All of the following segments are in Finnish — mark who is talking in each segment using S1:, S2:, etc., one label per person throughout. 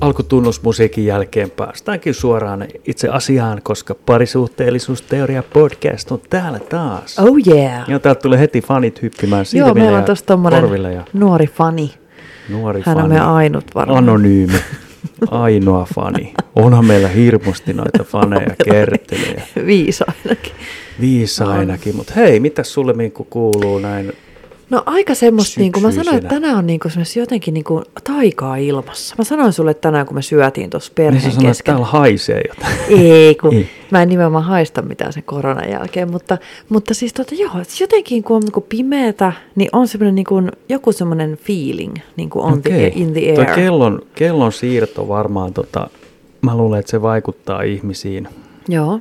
S1: alkutunnusmusiikin jälkeen päästäänkin suoraan itse asiaan, koska parisuhteellisuusteoria podcast on täällä taas.
S2: Oh yeah.
S1: Ja täältä tulee heti fanit hyppimään
S2: Joo,
S1: silmille
S2: meillä on
S1: ja
S2: tuossa tommonen
S1: korville ja
S2: nuori fani.
S1: nuori
S2: Hän
S1: fani.
S2: on meidän ainut varmaan.
S1: Anonyymi. Ainoa fani. Onhan meillä hirmusti noita faneja kertelejä.
S2: Viisi ainakin.
S1: Viisa ainakin, mutta hei, mitä sulle Minkku kuuluu näin?
S2: No aika semmoista, niin kuin mä sanoin, että
S1: Syksyisenä.
S2: tänään on niin kuin jotenkin niin kuin taikaa ilmassa. Mä sanoin sulle tänään, kun me syötiin tuossa
S1: Niin sä
S2: perheen
S1: sanoit, että
S2: kesken.
S1: täällä haisee jotain.
S2: Ei, kun
S1: Ei.
S2: mä en nimenomaan haista mitään sen koronan jälkeen, mutta, mutta siis tota, joo, että jotenkin kun on niin pimeätä, niin on semmoinen niin kuin, joku semmoinen feeling niin kuin on
S1: Okei.
S2: the, in the
S1: Toi
S2: air.
S1: kellon, kellon siirto varmaan, tota, mä luulen, että se vaikuttaa ihmisiin.
S2: Joo,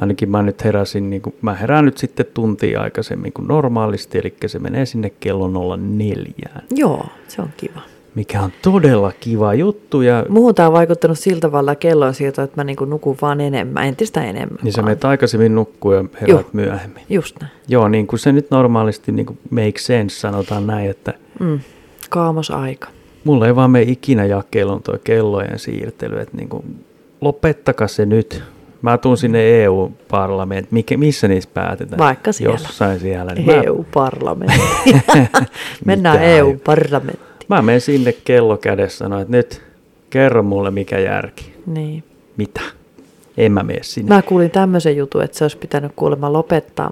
S1: Ainakin mä nyt heräsin, niin kuin, mä herään nyt sitten tuntia aikaisemmin kuin normaalisti, eli se menee sinne kello 04,
S2: joo, se on kiva.
S1: mikä on todella kiva juttu. Ja
S2: Muuhun tämä on vaikuttanut sillä tavalla kellonsiirto, että mä niin nukun vaan enemmän, entistä enemmän.
S1: niin sä
S2: vaan.
S1: menet aikaisemmin nukkuu ja herät
S2: Joo.
S1: myöhemmin.
S2: Just näin.
S1: Joo, niin kuin se nyt normaalisti niin kuin make sense, sanotaan näin, että
S2: Mm. Kaamosaika.
S1: mulla ei vaan mene ikinä jakeluun tuo kellojen siirtely, että niin kuin, lopettakaa se nyt. Mä tuun sinne EU-parlamenttiin, mikä- missä niissä päätetään?
S2: Vaikka siellä. E
S1: Jossain siellä. Niin mä-
S2: EU-parlamentti. Mennään E
S1: Mitä
S2: EU-parlamenttiin.
S1: Mä menen sinne kello kädessä sanoin, että nyt kerro mulle mikä järki.
S2: Niin.
S1: Mitä? En mä mene sinne.
S2: Mä kuulin tämmöisen jutun, että se olisi pitänyt kuulemma lopettaa,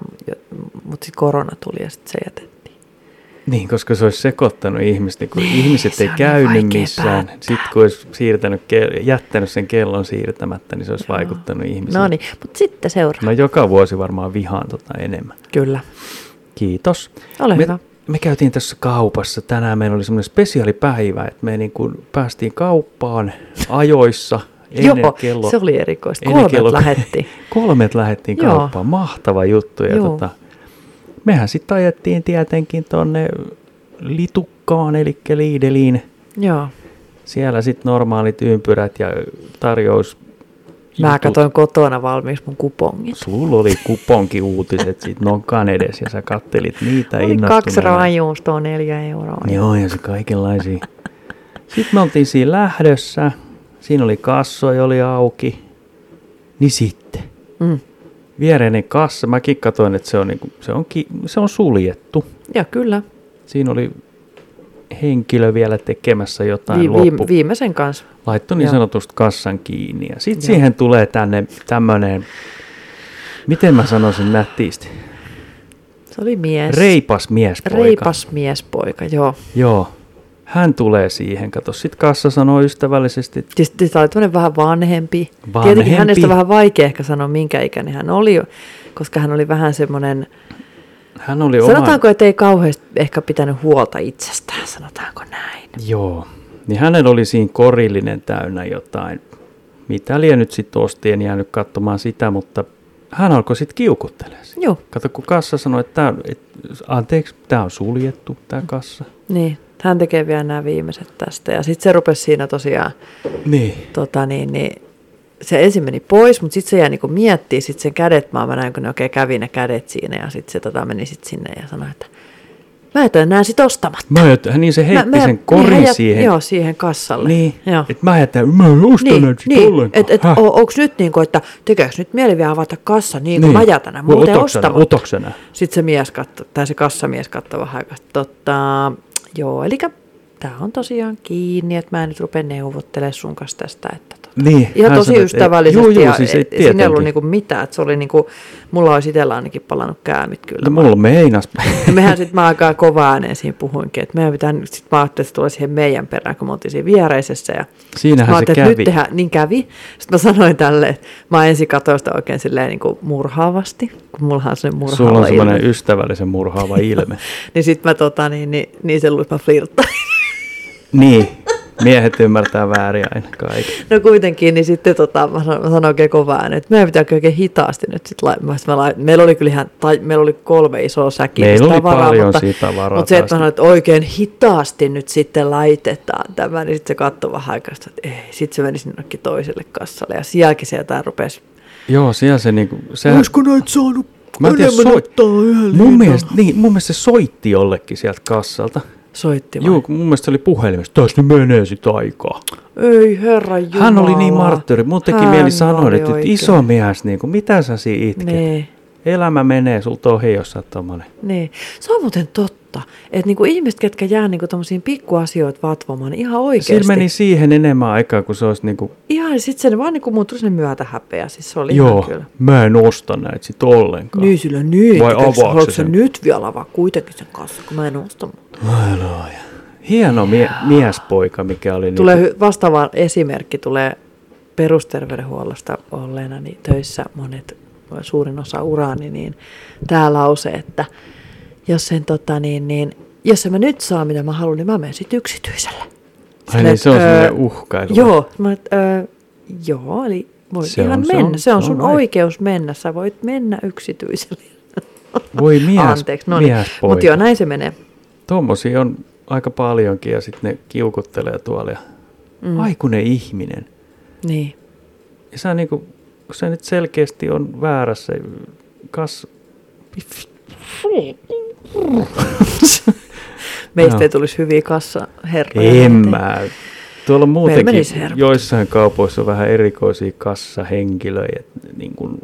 S2: mutta sitten korona tuli ja sitten se jätettiin.
S1: Niin, koska se olisi sekoittanut ihmistä, kun
S2: Niin,
S1: ihmiset
S2: se
S1: ei
S2: on niin
S1: käynyt
S2: vaikea
S1: missään.
S2: päättää.
S1: Sitten kun olisi siirtänyt ke- jättänyt sen kellon siirtämättä, niin se olisi
S2: Joo.
S1: vaikuttanut ihmisiin.
S2: No niin, mutta sitten seuraa.
S1: Mä joka vuosi varmaan vihaan tota enemmän.
S2: Kyllä.
S1: Kiitos.
S2: Ole
S1: me,
S2: hyvä.
S1: Me käytiin tässä kaupassa. Tänään meillä oli semmoinen spesiaalipäivä, että me niin kuin päästiin kauppaan ajoissa.
S2: Joo,
S1: Ennen kello,
S2: se oli erikoista.
S1: ennen
S2: Kolmet
S1: kello-
S2: lähetti.
S1: Kolmet lähettiin
S2: Joo.
S1: kauppaan. Mahtava juttu. Ja
S2: Joo.
S1: tota, mehän sitten ajettiin tietenkin tonne litukkaan, eli Lidliin.
S2: Joo.
S1: Siellä sitten normaalit ympyrät ja tarjous.
S2: Mä
S1: jutut.
S2: katsoin kotona valmiiksi mun kupongit.
S1: Sulla oli kuponkiuutiset sit nokan edes ja sä kattelit niitä
S2: Oli kaksi
S1: innostuneena.
S2: raajuustoa, neljä euroa.
S1: Joo, ja se kaikenlaisia. Sitten me oltiin siinä lähdössä. Siinä oli kassoja, oli auki. Niin sitten.
S2: Mm.
S1: Viereinen kassa. Mäkin katsoin, että se on, niinku, se on, ki, se on suljettu.
S2: Joo, kyllä.
S1: Siinä oli henkilö vielä tekemässä jotain
S2: Niin, Vi-
S1: Vi,
S2: viim-
S1: loppu.
S2: viimeisen kanssa.
S1: Laittoi niin
S2: Joo.
S1: sanotusti kassan kiinni. Ja sitten
S2: Joo.
S1: siihen tulee tänne tämmönen, miten mä sanoisin nättiisti,
S2: Se oli mies.
S1: reipas miespoika.
S2: Reipas miespoika, joo.
S1: Joo. Hän tulee siihen, kato. Sitten kassa sanoo ystävällisesti, että
S2: Siis siis tämä oli tämmöinen vähän vanhempi.
S1: Vanhempi.
S2: Tietenkin hänestä vähän vaikea ehkä sanoa, minkä ikäinen hän oli, koska hän oli vähän semmoinen,
S1: hän oli
S2: sanotaanko,
S1: oman...
S2: että ei kauheasti ehkä pitänyt huolta itsestään, sanotaanko näin.
S1: Joo. Niin hänellä oli siinä korillinen täynnä jotain. Mitä liian nyt sitten osti, en jäänyt katsomaan sitä, mutta hän alkoi sitten kiukuttelemaan. sitä.
S2: Joo,
S1: Kato, kun kassa sanoi, että tää, on- et, anteeksi, tämä on suljettu, tämä kassa.
S2: niin. Hän tekee vielä nämä viimeiset tästä. Ja sitten se rupesi siinä tosiaan,
S1: Niin.
S2: tota niin, niin se ensin meni pois, mutta sitten se jäi niinku miettimään, sitten sen kädet, mä, mä näin, kun ne oikein kävi ne kädet siinä, ja sitten se tota, meni sitten sinne ja sanoi, että mä jätän nämä sitten ostamatta.
S1: Mä ajattelin, niin se heitti mä, sen korin
S2: hän jät-
S1: siihen.
S2: Joo, siihen kassalle.
S1: Niin,
S2: joo.
S1: että mä ajattelin, mä en osta
S2: Niin,
S1: näitä sit
S2: niin.
S1: ollenkaan.
S2: että et,
S1: Häh?
S2: onko nyt niin kuin, että tekeekö nyt mieli vielä avata kassa niin kuin niin. mä jätän, nää,
S1: Voi,
S2: muuten
S1: otatko sä nää?
S2: ostamatta.
S1: Otatko sä nää?
S2: Sitten se mies katto, tai se kassamies katsoi vähän aikaa, että tota, joo, eli tämä on tosiaan kiinni, että mä en nyt rupea neuvottelemaan sun kanssa tästä, että tota.
S1: Niin,
S2: Ihan
S1: hän
S2: tosi
S1: sanoi, että ei-
S2: ystävällisesti
S1: Joo, joo,
S2: ja
S1: siis
S2: siis
S1: ei
S2: siinä ei ollut
S1: tietenkin.
S2: niinku mitään, että se oli niinku, mulla olisi itsellä ainakin palannut käämit kyllä.
S1: No, mulla meinas.
S2: Ja mehän sitten mä aika kovaa ääneen siinä puhuinkin, että meidän pitää nyt, sit mä ajattelin, että se tulee siihen meidän perään, kun me oltiin siinä viereisessä. Ja
S1: Siinähän se
S2: mä ajattelin,
S1: kävi.
S2: että nyt tehdään, niin kävi. Sitten mä sanoin tälle, että mä ensin katsoin sitä oikein silleen niin kuin murhaavasti, kun mullahan se murhaava
S1: Sulla on semmoinen
S2: ilme.
S1: ystävällisen murhaava ilme.
S2: Niin sitten mä tota, niin, niin, niin sen luulin, että mä flirttaan.
S1: niin, miehet ymmärtää väärin aina kaiken.
S2: No kuitenkin, niin sitten tota, mä sanoin, mä sanoin oikein kovaa ääneen, että meidän pitää oikein hitaasti nyt sit lai- mä, sit mä lai- meillä oli kyllä ihan, tai meillä oli kolme isoa säkiä
S1: Meillä oli
S2: tavaraa,
S1: paljon
S2: mutta,
S1: siitä tavaraa
S2: mutta se, että mä
S1: taas.
S2: sanoin, että oikein hitaasti nyt sitten laitetaan tämä, niin sitten se katsoi vähän aikaa, sit, että ei, sitten se meni sinne jonnekin toiselle kassalle ja sielläkin se jotain rupesi.
S1: Joo, siellä se niinku... Sehän,
S2: näitä saanut
S1: mä en tiedä, soi... mun,
S2: liikaa?"
S1: mielestä, niin, mun mielestä se soitti jollekin sieltä kassalta.
S2: Soitti
S1: Joo,
S2: Juu.
S1: kun mun mielestä se oli puhelimessa. Tässä nyt menee sit aikaa.
S2: Ei herra Jumala.
S1: Hän oli niin marttyyri. Mun teki
S2: Hän
S1: mieli
S2: oli
S1: sanoa, että
S2: oikein.
S1: iso mies, niin kuin, mitä sä siinä itket?
S2: Niin.
S1: Elämä menee sulta ohi, jos sä oot tommonen.
S2: Niin. Se on muuten totta, että niinku ihmiset, ketkä jää niinku tommosiin pikkuasioita vatvomaan, niin ihan oikeasti.
S1: Sillä meni siihen enemmän aikaa, kun se olisi niinku,
S2: Ihan sit sen vaan niinku muuttui sinne myötä häpeä, siis se oli
S1: joo,
S2: ihan kyllä.
S1: mä en osta näitä sit ollenkaan.
S2: Niin sillä
S1: Vai
S2: nyt, Vai
S1: avaako
S2: haluatko
S1: se
S2: sen?
S1: sen?
S2: nyt vielä vaan kuitenkin sen kanssa, kun mä en ostanut.
S1: Ai luoja. Hieno mie- miespoika, mikä oli.
S2: Niin Tulee
S1: niinku,
S2: hy- vastaava esimerkki tulee perusterveydenhuollosta olleena niin töissä monet, suurin osa uraani, niin tämä lause, että jos en, tota, niin, niin, jos en mä nyt saa mitä mä haluan, niin mä menen sitten yksityiselle.
S1: Ai niin, se on
S2: Silleen, että,
S1: semmoinen
S2: ö,
S1: uhkailu.
S2: Joo, mä, olet, ö, joo, eli voi se ihan on, mennä. Se on, se on sun
S1: aihe.
S2: oikeus mennä, sä voit mennä yksityiselle.
S1: Voi mies,
S2: Anteeksi, no niin.
S1: miespoika.
S2: Mutta joo, näin se menee.
S1: Tuommoisia on aika paljonkin ja sitten ne kiukuttelee tuolla. Ja... Mm. Aikuinen ihminen.
S2: Niin.
S1: Ja sä niinku, kun sä nyt selkeästi on väärässä, kas...
S2: Meistä
S1: Joo.
S2: ei tulisi hyviä kassaherroja.
S1: En mä. Tuolla on muutenkin
S2: menisi hermot.
S1: joissain kaupoissa on vähän erikoisia kassahenkilöjä. et Niin kun,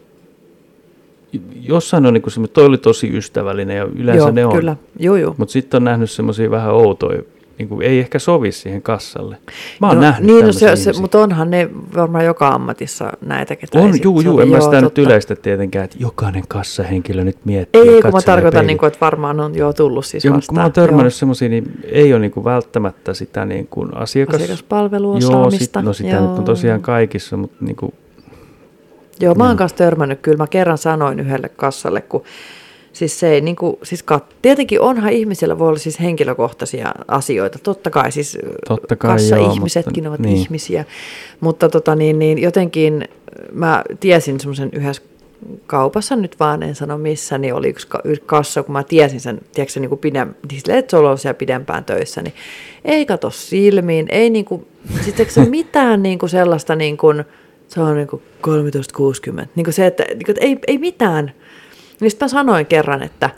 S1: jossain on niin semmoinen, toi oli tosi ystävällinen ja yleensä
S2: joo,
S1: ne on.
S2: Kyllä, joo joo.
S1: Mutta sitten on nähnyt semmoisia vähän outoja, niin kuin ei ehkä sovi siihen kassalle. Mä oon
S2: Joo,
S1: nähnyt
S2: niin, no
S1: tämmöisiä
S2: se, se,
S1: ihmisiä.
S2: mutta onhan ne varmaan joka ammatissa näitä, ketä
S1: On,
S2: ei sit
S1: juu, juu,
S2: sovi.
S1: en mä
S2: Joo,
S1: sitä nyt
S2: totta.
S1: yleistä tietenkään, että jokainen kassahenkilö nyt miettii.
S2: Ei,
S1: ja
S2: ei kun mä
S1: katselee
S2: tarkoitan,
S1: peiliin.
S2: niin kuin, että varmaan on jo tullut siis
S1: Joo, mut kun
S2: vastaan.
S1: mä oon törmännyt semmoisia, niin ei ole niin kuin välttämättä sitä niin kuin asiakas...
S2: Asiakaspalvelua
S1: joo,
S2: saamista.
S1: sit, no sitä
S2: Joo.
S1: nyt on tosiaan kaikissa, mutta niin kuin,
S2: Joo, mä
S1: Mm.
S2: oon kanssa törmännyt kyllä. Mä kerran sanoin yhdelle kassalle, kun siis se ei niin kuin, siis kat... tietenkin onhan ihmisillä voi olla siis henkilökohtaisia asioita. Totta kai siis
S1: Totta kai,
S2: kassa-ihmisetkin
S1: joo,
S2: ovat
S1: mutta- niin.
S2: ihmisiä. Mutta tota niin, niin jotenkin mä tiesin semmoisen yhdessä kaupassa nyt vaan, en sano missä, niin oli yksi, ka- yksi kassa, kun mä tiesin sen, tiedätkö se, niin kuin pidem, silleen, että se on ollut siellä pidempään töissä, niin ei kato silmiin, ei niin kuin, sit eikö se mitään niin kuin sellaista niin kuin, se on niin kuin 13.60, niin kuin se, että, niin kuin, että ei, ei mitään. Niin sitten mä sanoin kerran, että,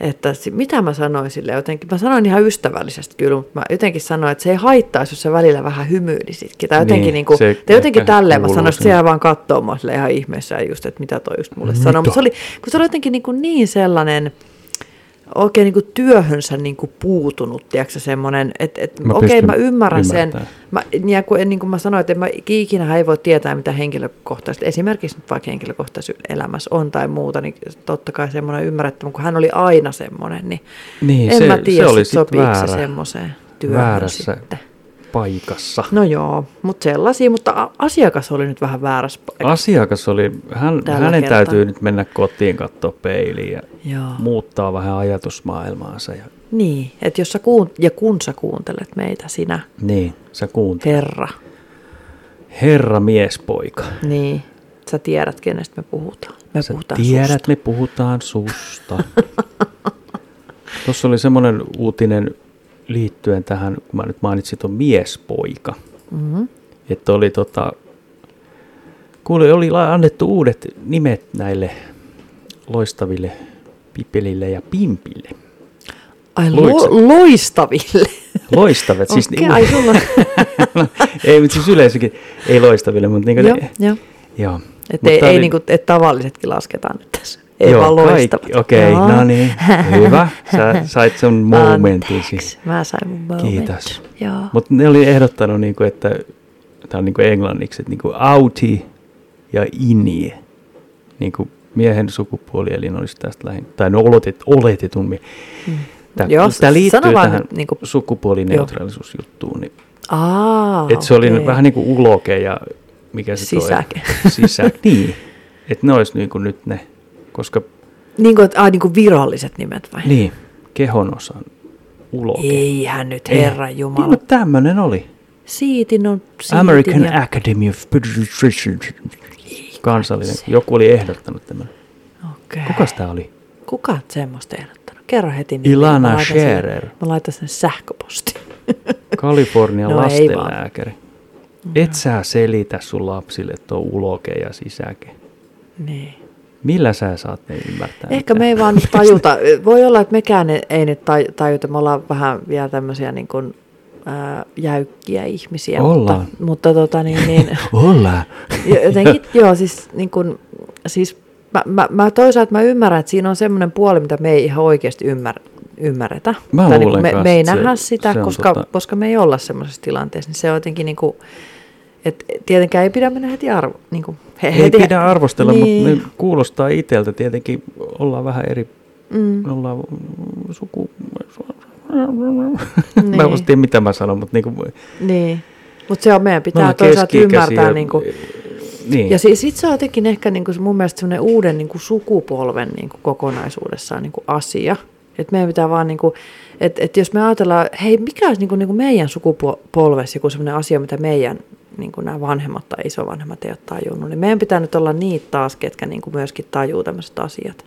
S2: että si- mitä mä sanoin sille jotenkin, mä sanoin ihan ystävällisesti kyllä, mutta mä jotenkin sanoin, että se ei haittaisi, jos sä välillä vähän hymyilisitkin. Tai jotenkin,
S1: Niin,
S2: niin, niin kuin,
S1: se
S2: tai jotenkin
S1: ehkä
S2: tälleen mä
S1: kuuluu
S2: sanoin, että se
S1: sinne.
S2: jää vaan kattoo mua sille ihan ihmeessä just, että mitä toi just mulle
S1: Mitä?
S2: sanoo. Mutta se oli, kun se oli jotenkin niin, kuin niin sellainen, oikein niin kuin työhönsä niin kuin puutunut, tiedätkö semmoinen, että et,
S1: Mä
S2: okei okay,
S1: pystyn
S2: mä ymmärrän sen.
S1: ymmärtämään.
S2: Mä, ja kun, niin kuin mä sanoin, että en mä ikinä ei voi tietää, mitä henkilökohtaisesti, esimerkiksi nyt vaikka henkilökohtaisessa elämässä on tai muuta, niin totta kai semmoinen ymmärrettä, mutta kun hän oli aina semmoinen, niin
S1: niin,
S2: en
S1: se,
S2: mä tiedä,
S1: se oli
S2: sit
S1: sit
S2: sopiiko
S1: väärä,
S2: se semmoiseen työhön
S1: väärässä
S2: sitten.
S1: paikassa.
S2: No joo, mutta sellaisia, mutta a- asiakas oli nyt vähän väärässä paikassa.
S1: Asiakas oli, hän,
S2: Tällä
S1: hänen
S2: kertaa.
S1: täytyy nyt mennä kotiin katsoa peiliin ja
S2: Joo.
S1: muuttaa vähän ajatusmaailmaansa. Ja,
S2: Niin, että jos sä kuun, ja kun sä kuuntelet meitä, sinä,
S1: niin, sä kuuntelet.
S2: Herra,
S1: Herra miespoika.
S2: niin sä tiedät, kenestä me puhutaan. Me
S1: Sä
S2: puhutaan
S1: tiedät,
S2: susta.
S1: me puhutaan susta. Tuossa oli semmoinen uutinen liittyen tähän, kun mä nyt mainitsin tuon miespoika.
S2: Mm-hmm.
S1: Että oli tota, kuule, oli la- annettu uudet nimet näille loistaville pipelille ja pimpille.
S2: Ai
S1: Luit sä?
S2: lo, loistaville.
S1: Loistavat, siis
S2: Okei, ai sulla.
S1: ei, mutta siis yleensäkin ei loistaville, mutta niin
S2: joo,
S1: ne,
S2: joo.
S1: joo.
S2: Että
S1: Mut
S2: ei,
S1: tää
S2: ei
S1: oli-
S2: niinku, et tavallisetkin lasketaan nyt tässä. Ei
S1: Joo,
S2: vaan
S1: kaikki.
S2: loistavat.
S1: Okei,
S2: Joo.
S1: no niin, hyvä. Sä sait sen momentin.
S2: Anteeksi, mä sain mun momentin.
S1: Kiitos.
S2: Joo.
S1: Mutta ne oli ehdottanut, niinku, että tämä on niinku englanniksi, että niinku auti ja inie. Niinku miehen sukupuoli, eli ne olisi tästä lähin, tai ne oletet, oletetun mie- Tämä,
S2: Hmm. Joo,
S1: tämä liittyy
S2: sano vaan
S1: tähän
S2: nyt niinku-
S1: sukupuolineutraalisuusjuttuun. Niin,
S2: Aa,
S1: et se oli
S2: okei.
S1: nyt vähän niin kuin uloke ja mikä se toi-
S2: Sisäke.
S1: Sisäke, niin. Että ne olisi niinku nyt ne, koska
S2: Niin kuin, että, ai, niin kuin viralliset nimet vai?
S1: Niin, kehonosan uloke.
S2: Eihän nyt, herra Jumala.
S1: Niin, tämmöinen oli.
S2: Siitin on siitin
S1: American
S2: ja...
S1: Academy of Pediatricians. Kansallinen. Joku oli ehdottanut tämän.
S2: Okei.
S1: Kuka tämä
S2: No
S1: oli?
S2: Kuka on semmoista ehdottanut? Kerro heti. niin
S1: Ilana
S2: Mä laitan sen-
S1: Scherer.
S2: Mä laitan sen sähköpostiin.
S1: Kalifornian
S2: No ei Mm.
S1: lastenlääkäri. Et sä selitä sun lapsille tuo uloke ja sisäke.
S2: niin.
S1: Millä sä saat ne ymmärtää?
S2: Ehkä
S1: mitään?
S2: me ei vaan nyt tajuta. Voi olla, että mekään ei- ei nyt taj- tajuta. Me ollaan vähän vielä tämmöisiä niin kuin ää, jäykkiä ihmisiä.
S1: Ollaan.
S2: Mutta, mutta tota niin, niin
S1: Ollaan.
S2: jo- jotenkin, joo, siis, niin kun, siis mä, mä, mä toisaalta mä ymmärrän, että siinä on semmoinen puoli, mitä me ei ihan oikeasti ymmär, ymmärretä.
S1: Mä
S2: tai niin
S1: luulen
S2: me,
S1: kanssa,
S2: me ei
S1: että se-
S2: nähdä sitä,
S1: se on
S2: koska,
S1: tota-
S2: koska me ei olla semmoisessa tilanteessa, niin se on jotenkin niin kuin, että tietenkään ei pidä mennä heti arvo. Niin kuin, he,
S1: Ei
S2: heti,
S1: pidä arvostella, niin.
S2: Niin.
S1: mutta ne kuulostaa itseltä. Tietenkin ollaan vähän eri,
S2: Mm,
S1: me ollaan mm, suku... Niin. mä en muista, mitä mä sanon, mutta niinku, me
S2: niin. Mutta se on, meidän pitää
S1: ollaan
S2: toisaalta
S1: keski-ikäisiä.
S2: ymmärtää. Niin kuin,
S1: Niin.
S2: Ja siis sit se on jotenkin ehkä niin kuin mun mielestä semmoinen uuden niin kuin sukupolven niin kuin kokonaisuudessaan niin kuin asia. Että meidän pitää vaan, niin kuin, että, että jos me ajatellaan, hei mikä olisi niin kuin, niin kuin meidän sukupolvessa joku semmoinen asia, mitä meidän niin kuin nämä vanhemmat tai isovanhemmat ei ole tajunnut, niin meidän pitää nyt olla niitä taas, ketkä niin kuin myöskin tajuu tämmöiset asiat.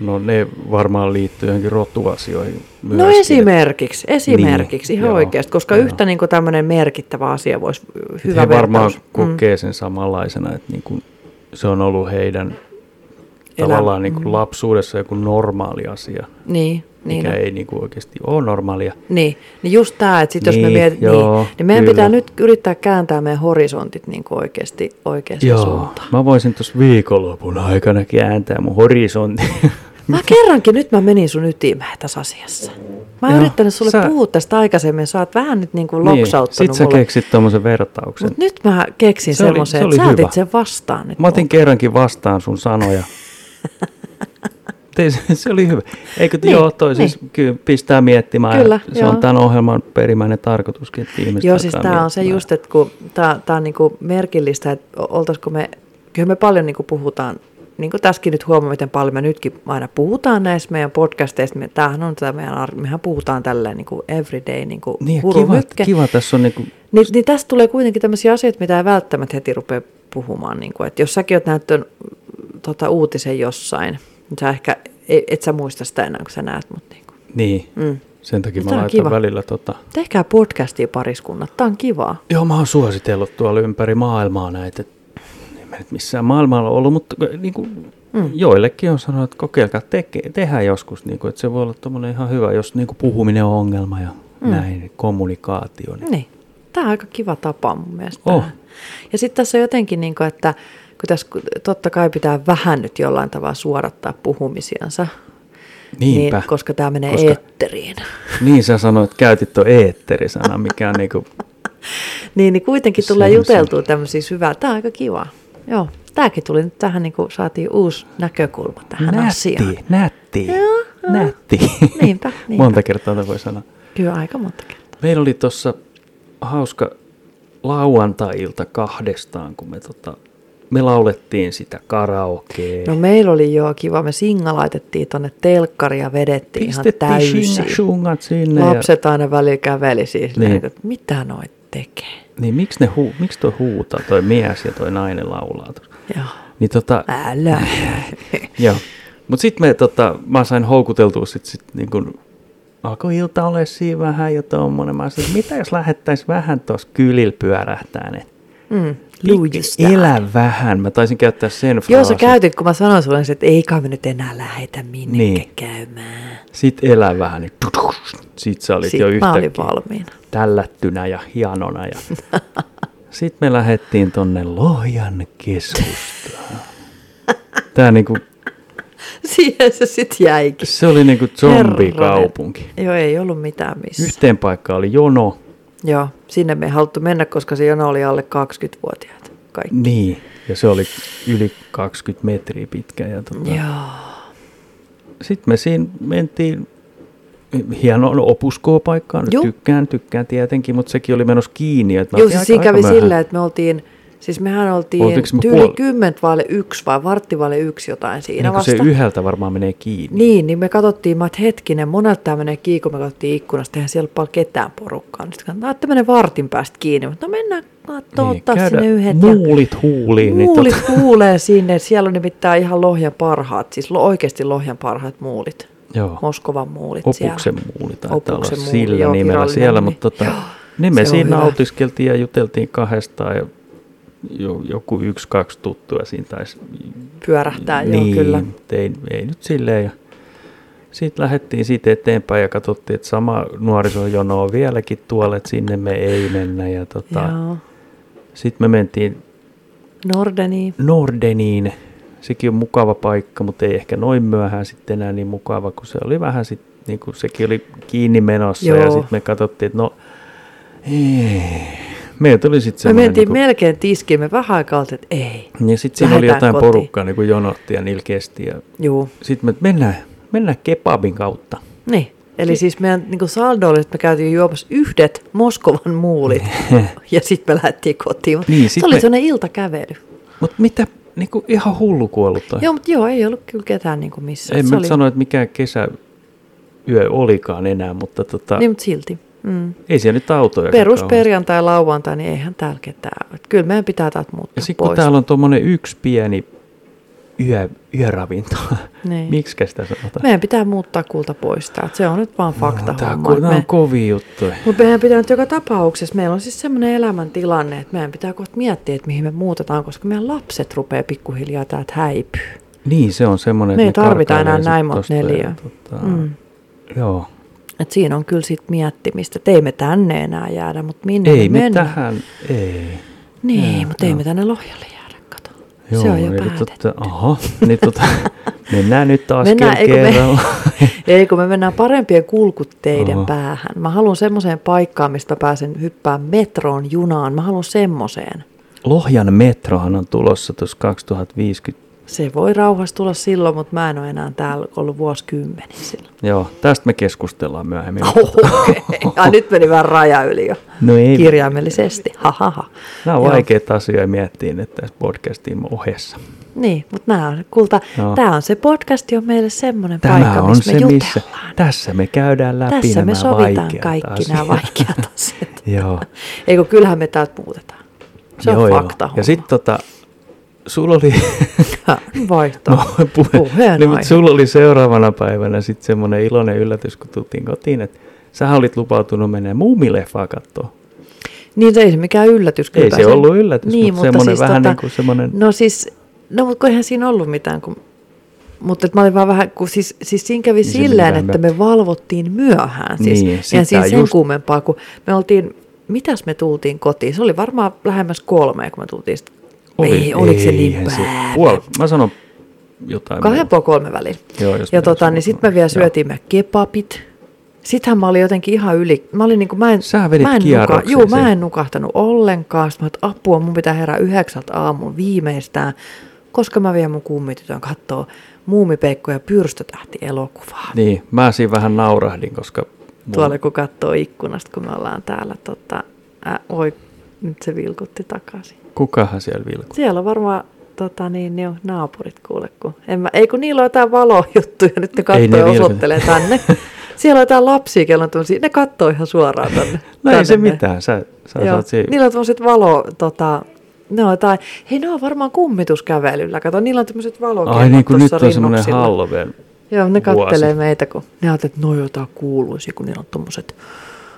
S1: No ne varmaan liittyy johonkin rotuasioihin myöskin.
S2: No esimerkiksi, esimerkiksi,
S1: Niin,
S2: niin, ihan
S1: joo,
S2: oikeasti, koska
S1: joo.
S2: yhtä niin kuin tämmöinen merkittävä asia voisi
S1: He
S2: hyvä
S1: varmaan
S2: vertaus. Mm.
S1: kokee sen samanlaisena, että niin kuin se on ollut heidän
S2: Elä-
S1: tavallaan niin
S2: mm.
S1: kuin lapsuudessa joku normaali asia,
S2: Mm, niin, niin.
S1: mikä
S2: on.
S1: ei niin kuin oikeasti ole normaalia.
S2: Niin, niin just tämä, että sit jos me
S1: Niin,
S2: mietit,
S1: joo,
S2: niin, niin meidän
S1: kyllä.
S2: pitää nyt yrittää kääntää meidän horisontit niin oikeasti oikeaan suuntaan.
S1: mä voisin tuossa viikonlopun aikana kääntää mun horisontin.
S2: Mä kerrankin, nyt mä menin sun ytimeen tässä asiassa. Mä oon
S1: Joo,
S2: yrittänyt sulle
S1: sä-
S2: sä... puhua tästä aikaisemmin, sä oot vähän nyt niin kuin loksauttanut
S1: sit sä
S2: mulle.
S1: keksit tuommoisen vertauksen.
S2: Mut nyt mä keksin
S1: Se oli- se
S2: semmoisen,
S1: oli
S2: että sä
S1: hyvä.
S2: otit sen vastaan nyt.
S1: Mä otin kerrankin vastaan sun sanoja. Ei, se- se oli hyvä. Eikö niin,
S2: Niin,
S1: joo, toi niin. siis kyllä pistää miettimään.
S2: Kyllä,
S1: se
S2: joo.
S1: on tämän ohjelman perimmäinen tarkoituskin, että ihmiset
S2: Joo, siis
S1: alkaa
S2: tämä on se
S1: miettimään.
S2: just, että kun tämä on niinku merkillistä, että o- oltaisiko me, kyllä me paljon niinku puhutaan, niin kuin tässäkin nyt huomaa, miten paljon me nytkin aina puhutaan näissä meidän podcasteissa, me, tämähän on tämä meidän, ar- mehän puhutaan tälleen niinku everyday, niinku
S1: Niin, ja kiva,
S2: hurumytkä.
S1: kiva, tässä on niinku,
S2: Niin, niin tästä tulee kuitenkin tämmöisiä asioita, mitä ei välttämättä heti rupea puhumaan. Niin kuin, että jos säkin oot näyttänyt tota, uutisen jossain, niin sä ehkä, ei- et sä muista sitä enää, kun sä näet mut. Niin kuin.
S1: niin, mm.
S2: Mm.
S1: sen takia
S2: No,
S1: mä
S2: tää on
S1: laitan
S2: kiva.
S1: välillä tota.
S2: Tehkää podcastia pariskunnat, tää on kivaa.
S1: Joo, mä oon suositellut tuolla ympäri maailmaa näitä. En mä nyt missään maailmalla ollut, mutta niin kuin, mm. joillekin on sanonut, että kokeilkaa teke, tehdä joskus. Niin kuin, että se voi olla tommonen ihan hyvä, jos niin kuin puhuminen on ongelma ja mm. näin, kommunikaatio. Niin.
S2: Niin. Tämä on aika kiva tapa mun mielestä.
S1: Oh.
S2: Ja sitten tässä on jotenkin, niin kuin, että kun tässä kun totta kai pitää vähän nyt jollain tavalla suodattaa puhumisiansa,
S1: Niinpä.
S2: Niin, koska tämä menee
S1: Koska-
S2: koska... eetteriin.
S1: Niin sä sanoit, käytit tuon eetterisana, mikä on niin kuin,
S2: niin, niin kuitenkin
S1: Se
S2: tulee
S1: on se.
S2: juteltua tämmöisiä syvää. Tämä on aika kiva. Joo, tämäkin tuli nyt tähän, niin kuin saatiin uusi näkökulma tähän
S1: nätti,
S2: asiaan.
S1: nätti,
S2: Joo, joo.
S1: nätti.
S2: Niinpä, niinpä.
S1: Monta kertaa tätä voi sanoa.
S2: Kyllä aika monta kertaa.
S1: Meillä oli tuossa hauska lauantai-ilta kahdestaan, kun me, tota, me laulettiin sitä karaokea.
S2: No meillä oli jo kiva, me singa laitettiin tonne telkkari ja vedettiin ihan täysin.
S1: shingat sinne.
S2: Lapset aina välillä käveli siis,
S1: Niin.
S2: niin. että mitä noit tekee.
S1: Ja, niin miksi, ne huu, miksi toi huutaa, toi mies ja toi nainen laulaa? tuossa?
S2: Joo.
S1: Niin tota,
S2: Älä.
S1: joo. Mut sit me, tota, mä sain houkuteltua sit, sit niin kun, alkoi ilta ole siinä vähän jo tommonen. Mä sanoin, mitä jos lähettäis vähän tuossa kylillä pyörähtään, et
S2: mm,
S1: liike-
S2: lujistaa.
S1: Elä vähän. Mä taisin käyttää sen
S2: Joo, sä
S1: fraasin.
S2: käytit, kun mä sanoin sulle, että ei kai me nyt enää lähetä minnekään
S1: Niin.
S2: niin. käymään.
S1: Sitten elää vähän, niin tutuks, sit sä olit
S2: Sitten
S1: jo
S2: mä olin
S1: yhtäkkiä
S2: valmiina.
S1: tällättynä ja hienona. Ja... Sitten me lähdettiin tonne Lohjan keskustaan. Tää niinku,
S2: Siihen se sit jäikin.
S1: se oli niinku zombikaupunki.
S2: Joo, ei ollut mitään missä.
S1: Yhteen paikkaan oli jono.
S2: Joo, sinne me ei haluttu mennä, koska se jono oli alle 20-vuotiaat kaikki.
S1: Niin, ja se oli yli 20 metriä pitkä. Ja tota,
S2: Joo.
S1: Sitten me siinä mentiin hienoon opuskoopaikkaan.
S2: Juu.
S1: Tykkään, tykkään tietenkin, mutta sekin oli menossa kiinni. Että mä
S2: Joo,
S1: olin
S2: siis
S1: aika-
S2: siinä
S1: aika
S2: kävi
S1: myöhään.
S2: silleen, että me oltiin, siis mehän oltiin
S1: Oltiinko me
S2: tyyli
S1: puol-
S2: puol... kymmentä vaille yksi vai vartti vaille yksi jotain siinä
S1: niin kun
S2: vasta.
S1: se yhdeltä varmaan menee kiinni.
S2: Niin, niin me katsottiin, mä oot, hetkinen, monelta tämä menee kiinni, kun me katsottiin ikkunasta, eihän siellä ole paljon ketään porukkaa. Sitten katsotaan, että menee vartin päästä kiinni, mutta no mennään katsoa, ottaa
S1: Niin, käydä
S2: sinne yhdet.
S1: Muulit huuliin.
S2: muulit
S1: Niin
S2: kuulee sinne, siellä on nimittäin ihan lohjan parhaat, siis lo- oikeasti lohjan parhaat muulit,
S1: tota, joo,
S2: Moskovan muulit
S1: opuksen
S2: siellä.
S1: muuli taitaa olla
S2: Opuksen muuli,
S1: sillä
S2: joo,
S1: nimellä
S2: virallinen
S1: siellä,
S2: nimi.
S1: mutta tota,
S2: Joo,
S1: niin me
S2: se on
S1: siinä
S2: hyvä.
S1: nautiskeltiin ja juteltiin kahdestaan ja jo, joku yksi, kaksi tuttua siinä taisi
S2: Pyörähtää,
S1: niin,
S2: joo, kyllä.
S1: Tein, ei nyt silleen. Ja Sitten lähdettiin siitä eteenpäin ja katsottiin, että sama nuorisojono on vieläkin tuolla, että sinne me ei mennä. Ja tota,
S2: Joo.
S1: sitten me mentiin
S2: Nordeni.
S1: Nordeniin. Sekin on mukava paikka, mutta ei ehkä noin myöhään sitten enää niin mukava, kun se oli vähän sitten, niin kuin sekin oli kiinni menossa Joo. ja
S2: Joo.
S1: sitten me katsottiin, että no, ei. meillä tuli sitten
S2: Me
S1: semmoinen,
S2: mentiin
S1: niin
S2: melkein tiskiin, me vähän aikaa oltiin, että ei.
S1: kuin, ja sitten niin siinä oli
S2: lähdetään
S1: jotain
S2: kotiin.
S1: kotiin. porukkaa, niin kuin jonotti ja niillä kesti ja
S2: Juu,
S1: sitten me, että mennään, mennään kebabin kautta.
S2: niin. Eli siis meidän niin kuin saldo oli, että me käytiin juomassa yhdet Moskovan muulit ja sitten me lähdettiin kotiin. Mut
S1: Niin,
S2: se
S1: sit
S2: oli me...
S1: me-
S2: sellainen iltakävely.
S1: Mutta mitä, niin kuin ihan hullu kuollut toi.
S2: Joo, mutta joo, ei ollut kyllä ketään niin kuin missään.
S1: en
S2: Se
S1: mä
S2: oli...
S1: oli... sano, että mikä kesäyö olikaan enää, mutta tota,
S2: Niin,
S1: niin,
S2: mutta silti. Mm.
S1: ei siellä nyt autoja.
S2: Perus perjantai, lauantai, niin eihän täällä ketään. Et kyllä meidän pitää täältä muuttaa
S1: Ja sitten kun
S2: pois.
S1: täällä on tuommoinen yksi pieni yö, yöravintola,
S2: Niin.
S1: niin. miksi sitä sanotaan?
S2: Meidän pitää muuttaa kulta pois täältä. Se on nyt vaan fakta
S1: Tää
S2: homma.
S1: on,
S2: Me...
S1: nää on kovia juttuja.
S2: Mutta meidän pitää nyt joka tapauksessa, meillä on siis semmoinen elämäntilanne, että meidän pitää kohta miettiä, että mihin me muutetaan, koska meidän lapset rupeaa pikkuhiljaa täältä häipyy.
S1: Niin, se on semmoinen,
S2: Me ei
S1: että
S2: tarvita enää
S1: karkailee sit
S2: näin monta
S1: tosta ja
S2: neliöä.
S1: Tota,
S2: Mm.
S1: mm. Joo.
S2: Et siinä on kyllä sit miettimistä, että ei me tänne enää jäädä, mutta minne
S1: Ei
S2: me
S1: me
S2: mennään.
S1: tähän, ei.
S2: Niin,
S1: Joo,
S2: mutta ei
S1: joo.
S2: me tänne Lohjalle jäädä, kato.
S1: Joo,
S2: Se on jo
S1: eli
S2: päätetty.
S1: tota, aha, niin tota, mennään nyt taas
S2: Mennään,
S1: mennään,
S2: eikö me-
S1: kerralla.
S2: Ei, kun me mennään parempien kulkuteiden Oho.
S1: Oho.
S2: päähän. Mä haluan semmoiseen paikkaan, mistä mä pääsen hyppään metroon, junaan. Mä haluan semmoiseen.
S1: Lohjan metrohan on tulossa tuossa 2050.
S2: Se voi rauhassa tulla silloin, mutta mä en ole enää täällä ollut vuosikymmeniä silloin.
S1: Joo, tästä me keskustellaan myöhemmin.
S2: Okei, okay. nyt meni vähän raja yli jo.
S1: No ei,
S2: Kirjaimellisesti, hahaha.
S1: nämä on
S2: Joo.
S1: vaikeita asioita miettiä nyt tässä podcastin ohessa.
S2: Niin, mutta nämä on, kulta,
S1: Joo.
S2: tämä on se podcast, on meille semmoinen
S1: No. Tämä
S2: paikka,
S1: on
S2: missä
S1: se,
S2: me
S1: missä.
S2: jutellaan.
S1: Tässä me käydään läpi
S2: Tässä
S1: nämä
S2: me sovitaan
S1: vaikeat
S2: kaikki
S1: asiat.
S2: nämä vaikeat asiat.
S1: Joo.
S2: Eikö kyllähän me täältä muutetaan. Se on fakta
S1: Ja sitten tota, sulla oli,
S2: vaihtaa.
S1: no, puhe, niin,
S2: Puheenaihe.
S1: mutta sulla oli seuraavana päivänä sitten semmoinen iloinen yllätys, kun tultiin kotiin, että sähän olit lupautunut menemään muumileffaa katsoa.
S2: Niin se ei se mikään yllätys.
S1: Ei
S2: kyllä
S1: se
S2: sen-
S1: ollut yllätys, niin, mutta semmoinen siis vähän tota, niin kuin semmoinen,
S2: No siis, no mutta kun eihän siinä ollut mitään, kun, mutta et mä olin vaan vähän, kun siis, siis siinä kävi niin
S1: Niin se meni
S2: silleen,
S1: vähän
S2: että me valvottiin myöhään. Siis,
S1: Niin,
S2: niin,
S1: sitä
S2: ja siis sen just...
S1: just-
S2: kuumempaa, kun me oltiin, mitäs me tultiin kotiin? Se oli varmaan lähemmäs kolmea, kun me tultiin sitä. Oli, ei, oliko se niin
S1: eihän
S2: päällä?
S1: Puol, mä sanon jotain.
S2: Kahden
S1: muuta.
S2: puoli kolme väliin.
S1: niin. Joo, jos
S2: ja
S1: mä
S2: tota,
S1: sanon
S2: niin
S1: noin.
S2: sitten me vielä
S1: Joo.
S2: syötiin me kebabit. Sittenhän mä olin jotenkin ihan yli. Mä olin niin kuin, mä en,
S1: Sä vedit
S2: mä en, nuka,
S1: kierroksen
S2: juu, mä
S1: siinä.
S2: en nukahtanut ollenkaan. Sitten mä olin, että apua, mun pitää herää yhdeksältä aamulla viimeistään, koska mä vien mun kummitytön kattoo muumipeikko ja pyrstötähti elokuvaa. Niin,
S1: Niin, no. mä siinä vähän naurahdin, koska mulla-
S2: Tuolla kun katsoo ikkunasta, kun me ollaan täällä, tota, ä, oi, nyt se vilkutti takaisin.
S1: kukahan siellä vilkuu.
S2: Siellä on varmaan tota, niin, niin on naapurit kuule, kun en mä, ei kun niillä on jotain valojuttuja, nyt ne
S1: Ei
S2: katsoo
S1: ne
S2: ja
S1: vielä.
S2: osoittelee tänne. Siellä on jotain lapsia, kello on tämmöisiä, ne katsoo ihan suoraan tänne.
S1: No
S2: tänne
S1: ei se
S2: ne.
S1: mitään, sä, sä
S2: Joo.
S1: saat siinä.
S2: Niillä on tämmöiset valo, tota, ne on jotain, hei ne on varmaan kummituskävelyllä, kato, niillä on tämmöiset valokellot
S1: Ai niin kuin nyt
S2: tuossa
S1: on semmoinen
S2: rinnuksilla.
S1: Halloween.
S2: Joo, ne
S1: vuosi.
S2: kattelee meitä, kun ne ajattelee, että no jotain kuuluisia, kun niillä on tommoset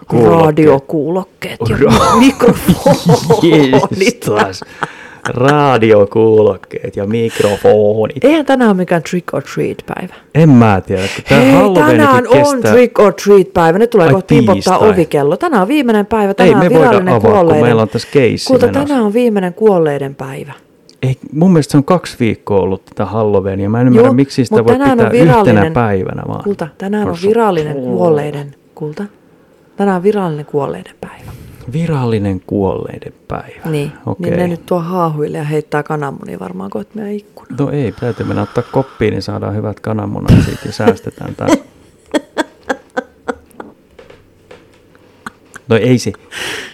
S1: Kuulokkeet.
S2: radiokuulokkeet ja
S1: Ra-
S2: mikrofonit.
S1: Jeestas. Radiokuulokkeet ja mikrofonit.
S2: Eihän tänään ole mikään trick or treat päivä.
S1: En mä tiedä, kun tää
S2: Hei,
S1: Halloweenikin
S2: tänään on
S1: kestää.
S2: trick or treat päivä. Ne tulee
S1: Ai,
S2: kohta pipottaa
S1: tiistai.
S2: ovikello. Tänään on viimeinen päivä.
S1: Ei
S2: Tänään
S1: me
S2: on
S1: voida
S2: virallinen
S1: avaa, kun
S2: kuolleiden.
S1: meillä on tässä keissi
S2: Kuulta,
S1: menossa.
S2: tänään on viimeinen kuolleiden päivä.
S1: Ei, mun mielestä se on kaksi viikkoa ollut tätä Halloweenia. Mä en ymmärrä,
S2: Joo,
S1: miksi sitä
S2: mut
S1: voi
S2: tänään on
S1: pitää yhtenä
S2: virallinen-
S1: päivänä vaan.
S2: Kulta, tänään on
S1: Rossu.
S2: virallinen kuolleiden. Kulta, tänään on virallinen kuolleiden päivä.
S1: Virallinen kuolleiden päivä.
S2: Niin,
S1: Okei.
S2: niin ne nyt tuo haahuille ja heittää kananmunia varmaan kohta meidän ikkunaan.
S1: No ei, täytyy mennä ottaa koppiin, niin saadaan hyvät kananmunat siitä ja säästetään tää. No ei se,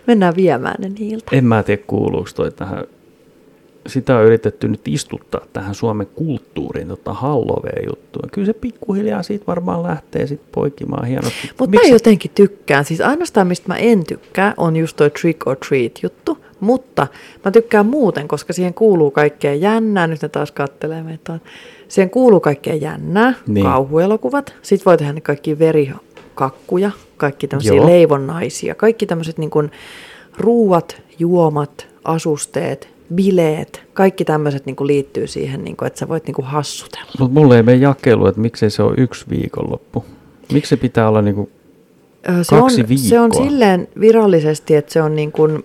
S2: Mennään viemään ne niiltä.
S1: en mä tiedä kuuluuko toi tähän. Sitä on yritetty nyt istuttaa tähän Suomen kulttuuriin, tota Halloween-juttuun. Kyllä se pikkuhiljaa siitä varmaan lähtee sit poikimaan hienosti.
S2: Mutta mä
S1: Miksi-
S2: jotenkin tykkään. Siis ainoastaan, mistä mä en tykkää, on just toi trick or treat juttu. Mutta mä tykkään muuten, koska siihen kuuluu kaikkea jännää. Nyt ne taas kattelee meitä. tuolta. Siihen kuuluu kaikkea jännää, niin.
S1: Niin.
S2: kauhuelokuvat. Sitten voi tehdä ne kaikki verikakkuja, kaikki tämmöisiä
S1: Joo.
S2: leivonnaisia, kaikki tämmöiset niin ruuat, juomat, asusteet, bileet, kaikki tämmöiset niin kuin liittyy siihen, niin kuin, että sä voit niin kuin hassutella.
S1: Mutta mulle ei mene jakelu, että miksei se ole yksi viikonloppu. Miksi se pitää olla niinku
S2: Ö,
S1: Kaksi
S2: on, Se on
S1: viikkoa.
S2: silleen virallisesti, että se on niin kuin,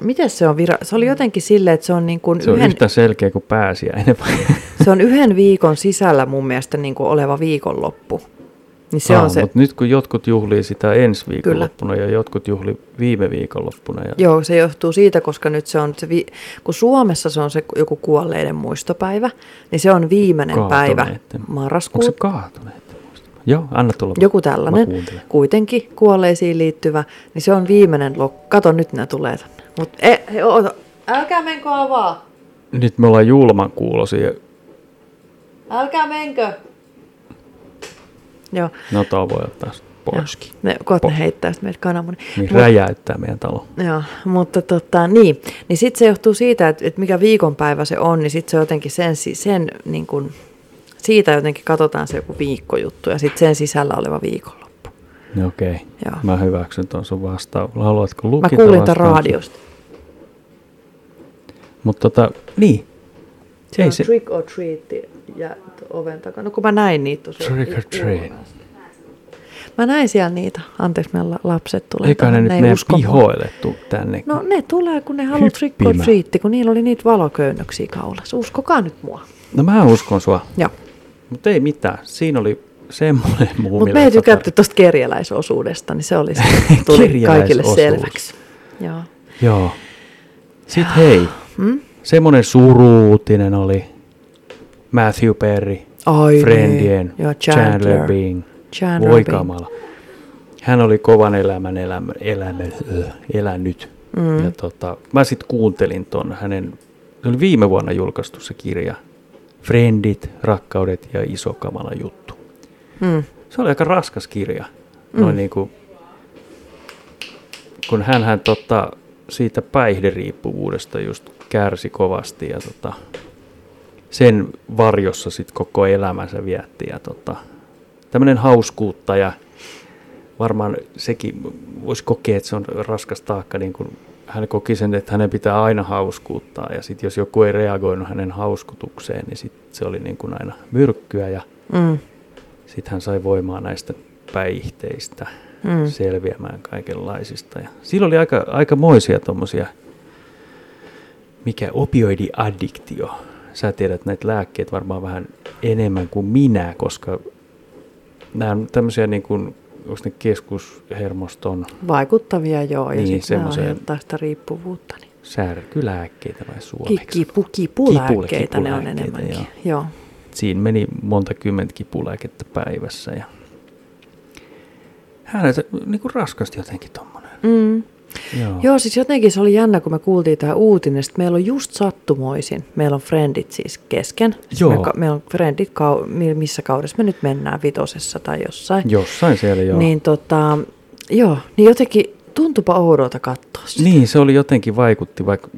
S2: miten se on vira- Se oli jotenkin silleen, että se on niin kuin
S1: se on
S2: yhden,
S1: yhtä selkeä kuin pääsiäinen? vai?
S2: se on yhden viikon sisällä mun mielestä niin kuin oleva viikonloppu. Niin se
S1: Aa,
S2: on se,
S1: Mutta nyt kun jotkut juhlii sitä ensi viikonloppuna ja jotkut juhli viime viikonloppuna. Ja...
S2: Joo, se johtuu siitä, koska nyt se on, se vi- kun Suomessa se on se joku kuolleiden muistopäivä, niin se on viimeinen päivä
S1: Kaatuneiden. Onko se
S2: marraskuuta.
S1: kaatuneet? Joo, anna tulla.
S2: Joku
S1: Mä
S2: tällainen,
S1: kuuntelen.
S2: kuitenkin kuolleisiin liittyvä, niin se on viimeinen lok... Kato, nyt nämä tulee tänne. Mut e, he, oota. Älkää menkö avaa.
S1: Nyt me ollaan julman kuulosia.
S2: Älkää menkö. Joo.
S1: No tavoja taas poiskin.
S2: Ne, kohta ne heittää sitten meidät kananmunia.
S1: Niin räjäyttää meidän talo.
S2: Joo, mutta tota, niin. Niin sitten se johtuu siitä, että, että mikä viikonpäivä se on, niin sitten se jotenkin sen, si- sen niin kun, siitä jotenkin katsotaan se joku viikkojuttu ja sitten sen sisällä oleva viikonloppu.
S1: No Okei, okay.
S2: Joo.
S1: mä hyväksyn tuon sun vastauksen. Haluatko
S2: Mä
S1: lukita
S2: kuulin tämän
S1: vastauksen?
S2: radiosta.
S1: Mutta tota, niin. Se
S2: Se
S1: ei
S2: on
S1: se...
S2: trick or treat ja t- oven takana. No kun mä näin niitä tuossa
S1: Trick or
S2: ik-
S1: treat.
S2: ulkomäessä. Mä näin siellä niitä. Anteeksi, meillä la- lapset tulee.
S1: Eikä ne
S2: tähän.
S1: nyt
S2: ei
S1: meidän
S2: usko mua.
S1: pihoille tuu tänne.
S2: No ne tulee, kun ne haluaa trick or
S1: Hyppimään.
S2: treat, kun niillä oli niitä valoköynnöksiä kaulassa. Uskokaa nyt mua.
S1: no mä uskon sua.
S2: Joo.
S1: Mutta ei mitään. Siinä oli semmoinen muu.
S2: Mutta me ei tykätty tuosta kerjäläisosuudesta, niin se oli sitten- tuli kaikille
S1: Kerjäläisosuus.
S2: selväksi. Joo.
S1: Joo.
S2: Ah,
S1: Sitten hei.
S2: mm?
S1: Hmm? Semmoinen suruutinen oli Matthew Perry,
S2: Ai
S1: Friendien,
S2: niin. Joo,
S1: Chandler.
S2: Chandler.
S1: Bing.
S2: Chandler
S1: Voi
S2: Bing.
S1: kamala. Hän oli kovan elämän elämä, elämä, ö, elänyt. Mm. Ja tota, mä sitten kuuntelin ton hänen, se oli viime vuonna julkaistu se kirja, Friendit, rakkaudet ja iso kamala juttu.
S2: Mm.
S1: Se oli aika raskas kirja. Noin mm. niin kuin, kun hänhän tota, siitä päihderiippuvuudesta just kärsi kovasti ja tota, sen varjossa sit koko elämänsä vietti. Ja tota, tämmöinen hauskuutta ja varmaan sekin voisi kokea, että se on raskas taakka. Niin kun hän koki sen, että hänen pitää aina hauskuuttaa ja sitten jos joku ei reagoinut hänen hauskutukseen, niin sit se oli niin kuin aina myrkkyä ja
S2: Mm.
S1: sitten hän sai voimaa näistä päihteistä
S2: Mm.
S1: mm. selviämään kaikenlaisista. Ja sillä oli aika, aika moisia tuommoisia, mikä opioidiaddiktio. Sä tiedät näitä lääkkeitä varmaan vähän enemmän kuin minä, koska nämä on tämmöisiä niin kuin, onko ne keskushermoston
S2: Vaikuttavia joo, ja
S1: Niin,
S2: niin, sitten
S1: semmoiseen-
S2: semmoiseen... tästä riippuvuutta. Niin.
S1: särkylääkkeitä vai
S2: Ki-
S1: suomeksi?
S2: Kipu, kipulääkkeitä ne on
S1: kipulääkkeitä,
S2: enemmänkin. Joo.
S1: joo. siinä meni monta kymmentä kipulääkettä päivässä. Ja hänellä niin kuin raskasti jotenkin tommonen.
S2: Mm.
S1: Joo.
S2: Joo, siis jotenkin se oli jännä, kun me kuultiin tämä uutinen, että meillä on just sattumoisin, meillä on Friendit siis kesken. Siis
S1: Joo.
S2: Me, ka- meillä on Friendit, kau- mi- missä kaudessa me nyt mennään, vitosessa tai jossain.
S1: Jossain siellä joo.
S2: Niin
S1: Niin,
S2: tota, joo, niin jotenkin tuntupa oudolta katsoa sitä.
S1: niin, se oli jotenkin vaikutti, vaikka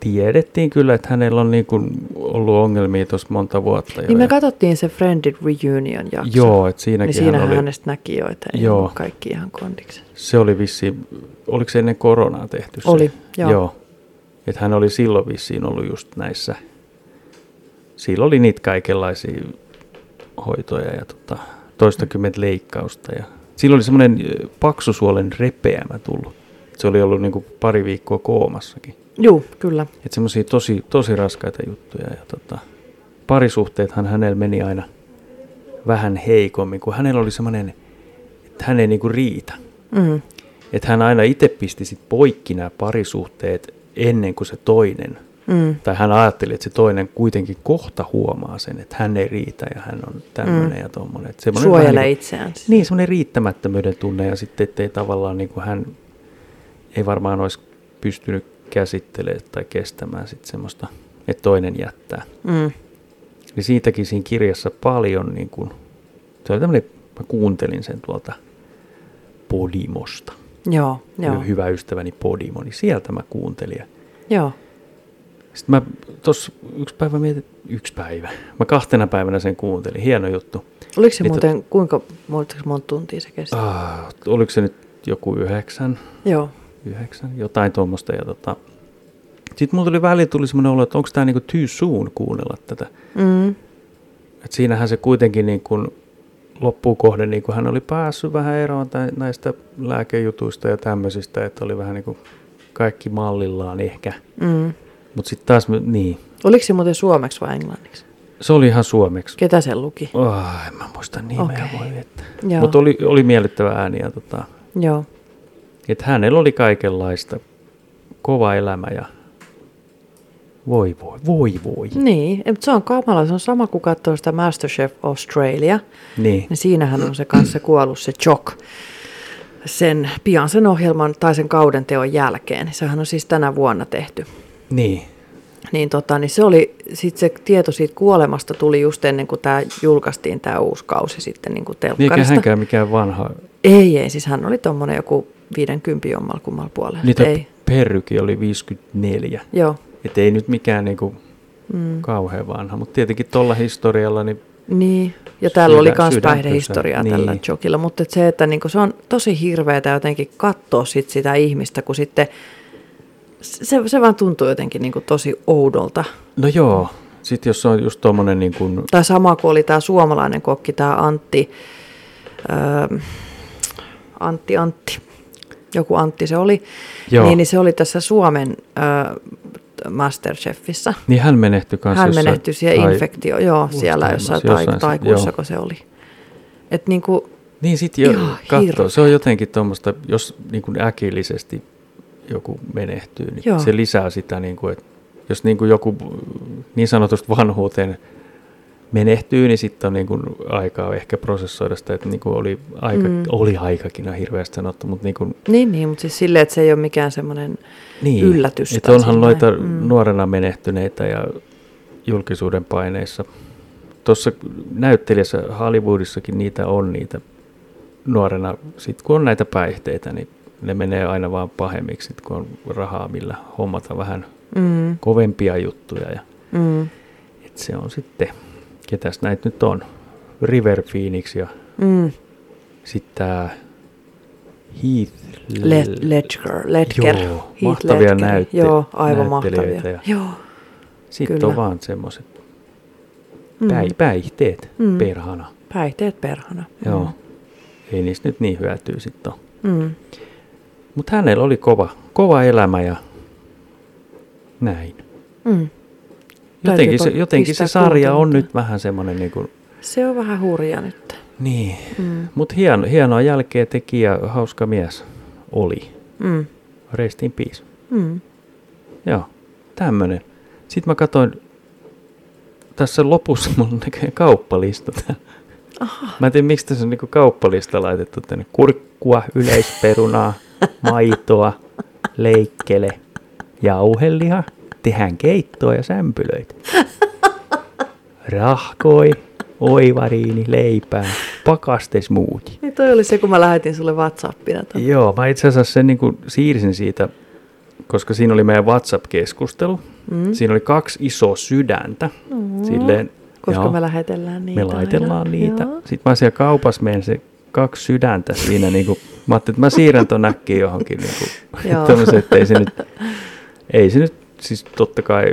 S1: tiedettiin kyllä, että hänellä on niin kuin ollut ongelmia tuossa monta vuotta. jo.
S2: Niin me
S1: Ja-
S2: katsottiin se Friended Reunion jakso.
S1: Joo, että siinäkin
S2: Niin siinähän
S1: hän oli,
S2: hänestä näki jo, että ei
S1: Joo.
S2: ollut kaikki ihan kondiksi.
S1: se oli vissiin, oliko se ennen koronaa tehty se?
S2: Oli, joo.
S1: joo. Että hän oli silloin vissiin ollut just näissä, silloin oli niitä kaikenlaisia hoitoja ja tota, toistakymmentä leikkausta. Ja silloin oli semmoinen ö, paksusuolen repeämä tullut. Se oli ollut niinku pari viikkoa koomassakin.
S2: Joo, kyllä.
S1: Että semmoisia tosi, tosi raskaita juttuja. Ja tota, parisuhteethan hänellä meni aina vähän heikommin, kun hänellä oli semmoinen, että hän ei niinku riitä.
S2: Mm.
S1: Että hän aina itse pisti sit poikki nämä parisuhteet ennen kuin se toinen.
S2: Mm.
S1: Tai hän ajatteli, että se toinen kuitenkin kohta huomaa sen, että hän ei riitä ja hän on tämmöinen
S2: Mm.
S1: ja tommoinen. Että semmoinen vähän
S2: Suojelee
S1: niinku-
S2: itseään. siis.
S1: niin, semmoinen riittämättömyyden tunne ja sitten, ettei tavallaan niin kuin hän ei varmaan olisi pystynyt käsittelemään tai kestämään sit semmoista, että toinen jättää.
S2: Mm.
S1: Niin siitäkin siinä kirjassa paljon, niin kuin, se oli tämmöinen, mä kuuntelin sen tuolta Podimosta.
S2: Joo, joo.
S1: Joo. Hyvä ystäväni Podimo, niin sieltä mä kuuntelin. ja
S2: Joo.
S1: sitten mä tuossa yksi päivä mietin, yksi päivä, mä kahtena päivänä sen kuuntelin, hieno juttu.
S2: Oliko se
S1: Mitä-
S2: muuten, kuinka monta, monta tuntia se kesti?
S1: Niin, tota- Ah, oliko se nyt joku yhdeksän
S2: Joo.
S1: yhdeksän, jotain tuommoista. Ja tota, Sitten mulla tuli väliin tuli semmoinen olo, että onko tämä niinku too soon kuunnella tätä.
S2: Mm.
S1: Et siinähän se kuitenkin niin kuin loppuun kohden niin kuin hän oli päässyt vähän eroon tä- näistä lääkejutuista ja tämmöisistä, että oli vähän niin kuin kaikki mallillaan ehkä.
S2: Mm.
S1: Mutta sitten taas, mä- niin,
S2: Oliko se muuten suomeksi vai englanniksi?
S1: se oli ihan suomeksi.
S2: Ketä sen luki?
S1: Oh, en mä muista nimeä okay.
S2: Okei.
S1: voi että.
S2: Joo.
S1: Mutta oli, oli miellyttävä ääni ja tota,
S2: Joo.
S1: että hänellä oli kaikenlaista. Kova elämä ja voi voi, voi voi. Mm.
S2: Niin, mutta se on kamala. Se on sama kuin katsoo sitä Masterchef Australia.
S1: Niin.
S2: Niin siinähän on se kanssa kuollut se Chok. Sen pian sen ohjelman tai sen kauden teon jälkeen. Sehän on siis tänä vuonna tehty.
S1: niin,
S2: Niin, tota, niin se oli, sit se tieto siitä kuolemasta tuli just ennen kuin tämä julkaistiin tämä uusi kausi sitten niin kuin
S1: niin eikä
S2: telkkarista.
S1: hänkään mikään vanha.
S2: Ei, ei, siis hän oli tuommoinen joku 50 jommalla kummalla puolella.
S1: Niitä
S2: ei.
S1: perrykin Niin oli 54.
S2: Joo.
S1: Et ei nyt mikään niinku
S2: Mm.
S1: kauhean vanha, mutta tietenkin tuolla historialla, niin
S2: Niin, ja tällä oli
S1: Sydän-
S2: myös
S1: sydän
S2: päihdehistoriaa
S1: pysää.
S2: tällä
S1: Niin.
S2: jokilla, mutta et se, että niinku se on tosi hirveätä jotenkin katsoa sit sitä ihmistä, kun sitten se, se vaan tuntuu jotenkin niinku tosi oudolta.
S1: no joo. Sitten jos on just tuommoinen niin kuin,
S2: Tai sama kuin oli tämä suomalainen kokki, tämä Antti, öö, Antti Antti, joku Antti se oli,
S1: Joo.
S2: Niin, niin se oli tässä Suomen öö, Masterchefissä.
S1: niin hän menehtyi kanssa.
S2: Hän
S1: jossain-
S2: menehtyi siihen
S1: tai-
S2: infektio, joo, siellä
S1: Muistelmassa,
S2: jossain, tai,
S1: jossain se- joo.
S2: taikuissa, kun se oli. Et niin kuin,
S1: Niin sitten jo
S2: Ihan
S1: katsoo,
S2: hirveä.
S1: se on jotenkin tuommoista, jos niin kuin äkillisesti joku menehtyy, niin Joo.
S2: Joo.
S1: se lisää sitä, niin kuin, että jos niin kuin joku niin sanotusti vanhuuteen menehtyy, niin sitten on niin kuin aikaa ehkä prosessoida sitä, että niin kuin oli, aika, mm.
S2: Mm.
S1: oli aikakin on hirveästi sanottu, mutta niin kuin,
S2: niin, niin, mutta siis silleen, että se ei ole mikään semmoinen,
S1: niin,
S2: Yllätys
S1: Että
S2: tai
S1: onhan
S2: silleen,
S1: noita mm.
S2: mm.
S1: nuorena menehtyneitä ja julkisuuden paineissa. Tuossa näyttelijässä Hollywoodissakin niitä on niitä nuorena. Sitten kun on näitä päihteitä, niin ne menee aina vaan pahemmiksi, sit kun on rahaa, millä hommata vähän
S2: mm,
S1: kovempia juttuja. Ja,
S2: mm,
S1: et se on sitten, ketäs näitä nyt on? River Phoenix ja
S2: mm,
S1: sitten tämä Heath
S2: Le- Ledger, Ledger.
S1: Joo,
S2: Heath
S1: mahtavia näytte-
S2: Joo, aivan
S1: näyttelijöitä
S2: mahtavia.
S1: ja-
S2: Joo.
S1: Sitten on
S2: Kyllä.
S1: vaan semmoiset
S2: Mm.
S1: Päi, päihteet mm.
S2: Mm.
S1: perhana.
S2: Päihteet perhana.
S1: Mm. Joo. Ei niistä nyt niin hyötyä sitten ole.
S2: Mm.
S1: Mutta hänellä oli kova, kova elämä ja näin.
S2: Mm.
S1: Jotenkin se,
S2: jopa
S1: jotenkin se
S2: pistää
S1: sarja on
S2: kuuntelun.
S1: nyt vähän semmoinen niin kuin,
S2: Se on vähän hurja nyt.
S1: niin.
S2: Mm.
S1: Mutta hieno, hienoa jälkeä teki ja hauska mies oli.
S2: Mm.
S1: Rest in peace.
S2: Mm.
S1: Joo, tämmönen. Sitten mä katsoin tässä lopussa mulla on näköjään kauppalista täällä. Aha. Mä en tiedä, miksi tässä on niinku kauppalista laitettu tänne. Kurkkua, yleisperunaa, maitoa, leikkele, jauheliha, tehdään keittoa ja sämpylöitä. Rahkoi, oivariini, leipää, pakastesmuuti.
S2: Niin toi oli se, kun mä lähetin sulle Whatsappina. Ton.
S1: Joo, mä itse asiassa sen niin kuin siirsin siitä, koska siinä oli meidän WhatsApp-keskustelu. Mm.
S2: Mm.
S1: Siinä oli kaksi isoa sydäntä. Mm.
S2: Mm.
S1: Silleen,
S2: Koska
S1: joo,
S2: me lähetellään niitä.
S1: me laitellaan
S2: aina.
S1: niitä.
S2: Joo.
S1: Sitten mä siellä kaupassa meen se kaksi sydäntä siinä. Niin kuin, mä ajattelin, että mä siirrän ton äkkiä johonkin. Niin kuin,
S2: Joo.
S1: tämmösen, että ei se nyt, ei se nyt siis totta kai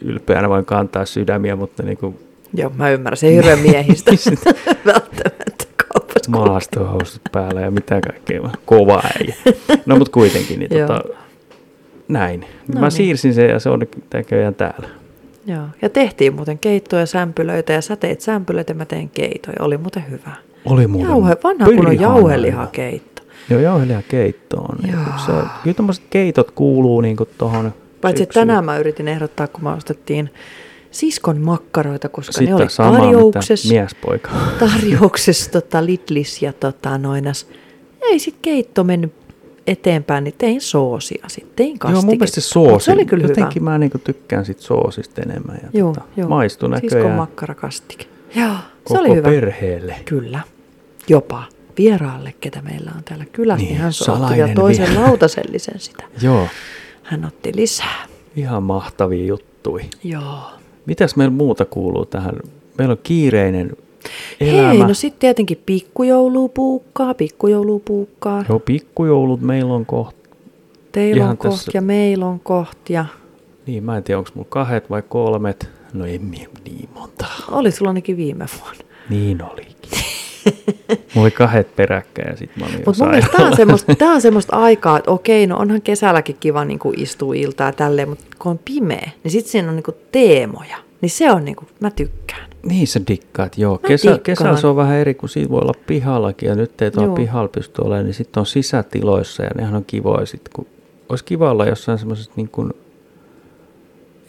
S1: ylpeänä voin kantaa sydämiä, mutta niin kuin
S2: Joo, mä ymmärrän. Se ei hirveän miehistä
S1: Niin
S2: välttämättä kaupassa.
S1: maastohousut päällä ja mitä kaikkea. vaan. Kova äijä. No mutta kuitenkin, niin
S2: Joo.
S1: tota, näin. No, Mä
S2: No niin.
S1: siirsin sen ja se on näköjään täällä.
S2: Joo, ja tehtiin muuten keittoja, sämpylöitä ja sä teit sämpylöitä, mä tein keitoja. Oli muuten hyvä.
S1: Oli muuten
S2: Jauhe, vanha kunnon
S1: pirhana
S2: jauhelihakeitto.
S1: hyvä. Joo, jauheliha keitto on.
S2: Joo.
S1: Se, kyllä tommoset keitot kuuluu niinku tohon.
S2: Paitsi että
S1: syksyyn.
S2: tänään mä yritin ehdottaa, kun mä ostettiin siskon makkaroita, koska
S1: Sitten
S2: ne oli
S1: sama,
S2: tarjouksessa,
S1: mitä miespoika.
S2: tarjouksessa tota Lidlis ja tota noinas. Ei sit keitto mennyt eteenpäin, niin tein soosia sitten, tein
S1: Joo,
S2: kastiketta.
S1: mun mielestä se
S2: Mut
S1: soosi.
S2: Se oli kyllä
S1: Jotenkin
S2: hyvä.
S1: mä niinku tykkään sit soosista enemmän. Ja
S2: Joo,
S1: tota,
S2: joo.
S1: Maistui
S2: Siskon
S1: näköjään
S2: makkarakastike. Joo, se
S1: koko
S2: oli hyvä.
S1: perheelle.
S2: Kyllä. Jopa vieraalle, ketä meillä on täällä kylässä,
S1: Niin,
S2: niin, hän otti
S1: salainen
S2: vielä toisen
S1: viera-
S2: lautasellisen sitä.
S1: Joo,
S2: Hän otti lisää.
S1: ihan mahtavia juttuja.
S2: Joo.
S1: Mitäs meillä muuta kuuluu tähän? Meillä on kiireinen elämä.
S2: Hei, no sitten tietenkin pikkujoulupuukkaa, pikkujoulupuukkaa.
S1: Joo, pikkujoulut meillä on kohta.
S2: Teillä
S1: ihan
S2: on koht
S1: tässä-
S2: ja meillä on koht ja
S1: Niin, mä en tiedä, onko mulla kahdet vai kolmet. No ei mie- niin monta.
S2: Oli sulla ainakin viime vuonna.
S1: Niin olikin. mulla oli kahdet peräkkäin ja sit mä olin
S2: Mutta mun
S1: jossain.
S2: mielestä tämä on, semmoista, tää on semmoista aikaa, että okei, no onhan kesälläkin kiva niin kuin istua iltaa ja tälleen, mutta kun on pimeä, niin sitten siinä on niin kuin teemoja. Niin se on, niin kuin, mä tykkään.
S1: Niin sä dikkaat, joo.
S2: Mä
S1: Kesä,
S2: dikkaan.
S1: kesällä se on vähän eri, kun siinä voi olla pihallakin ja nyt ei tuolla
S2: Joo.
S1: pihalla pysty olemaan, niin sitten on sisätiloissa ja nehän on kivoja sit, kun olisi kiva olla jossain semmoisessa niin kuin,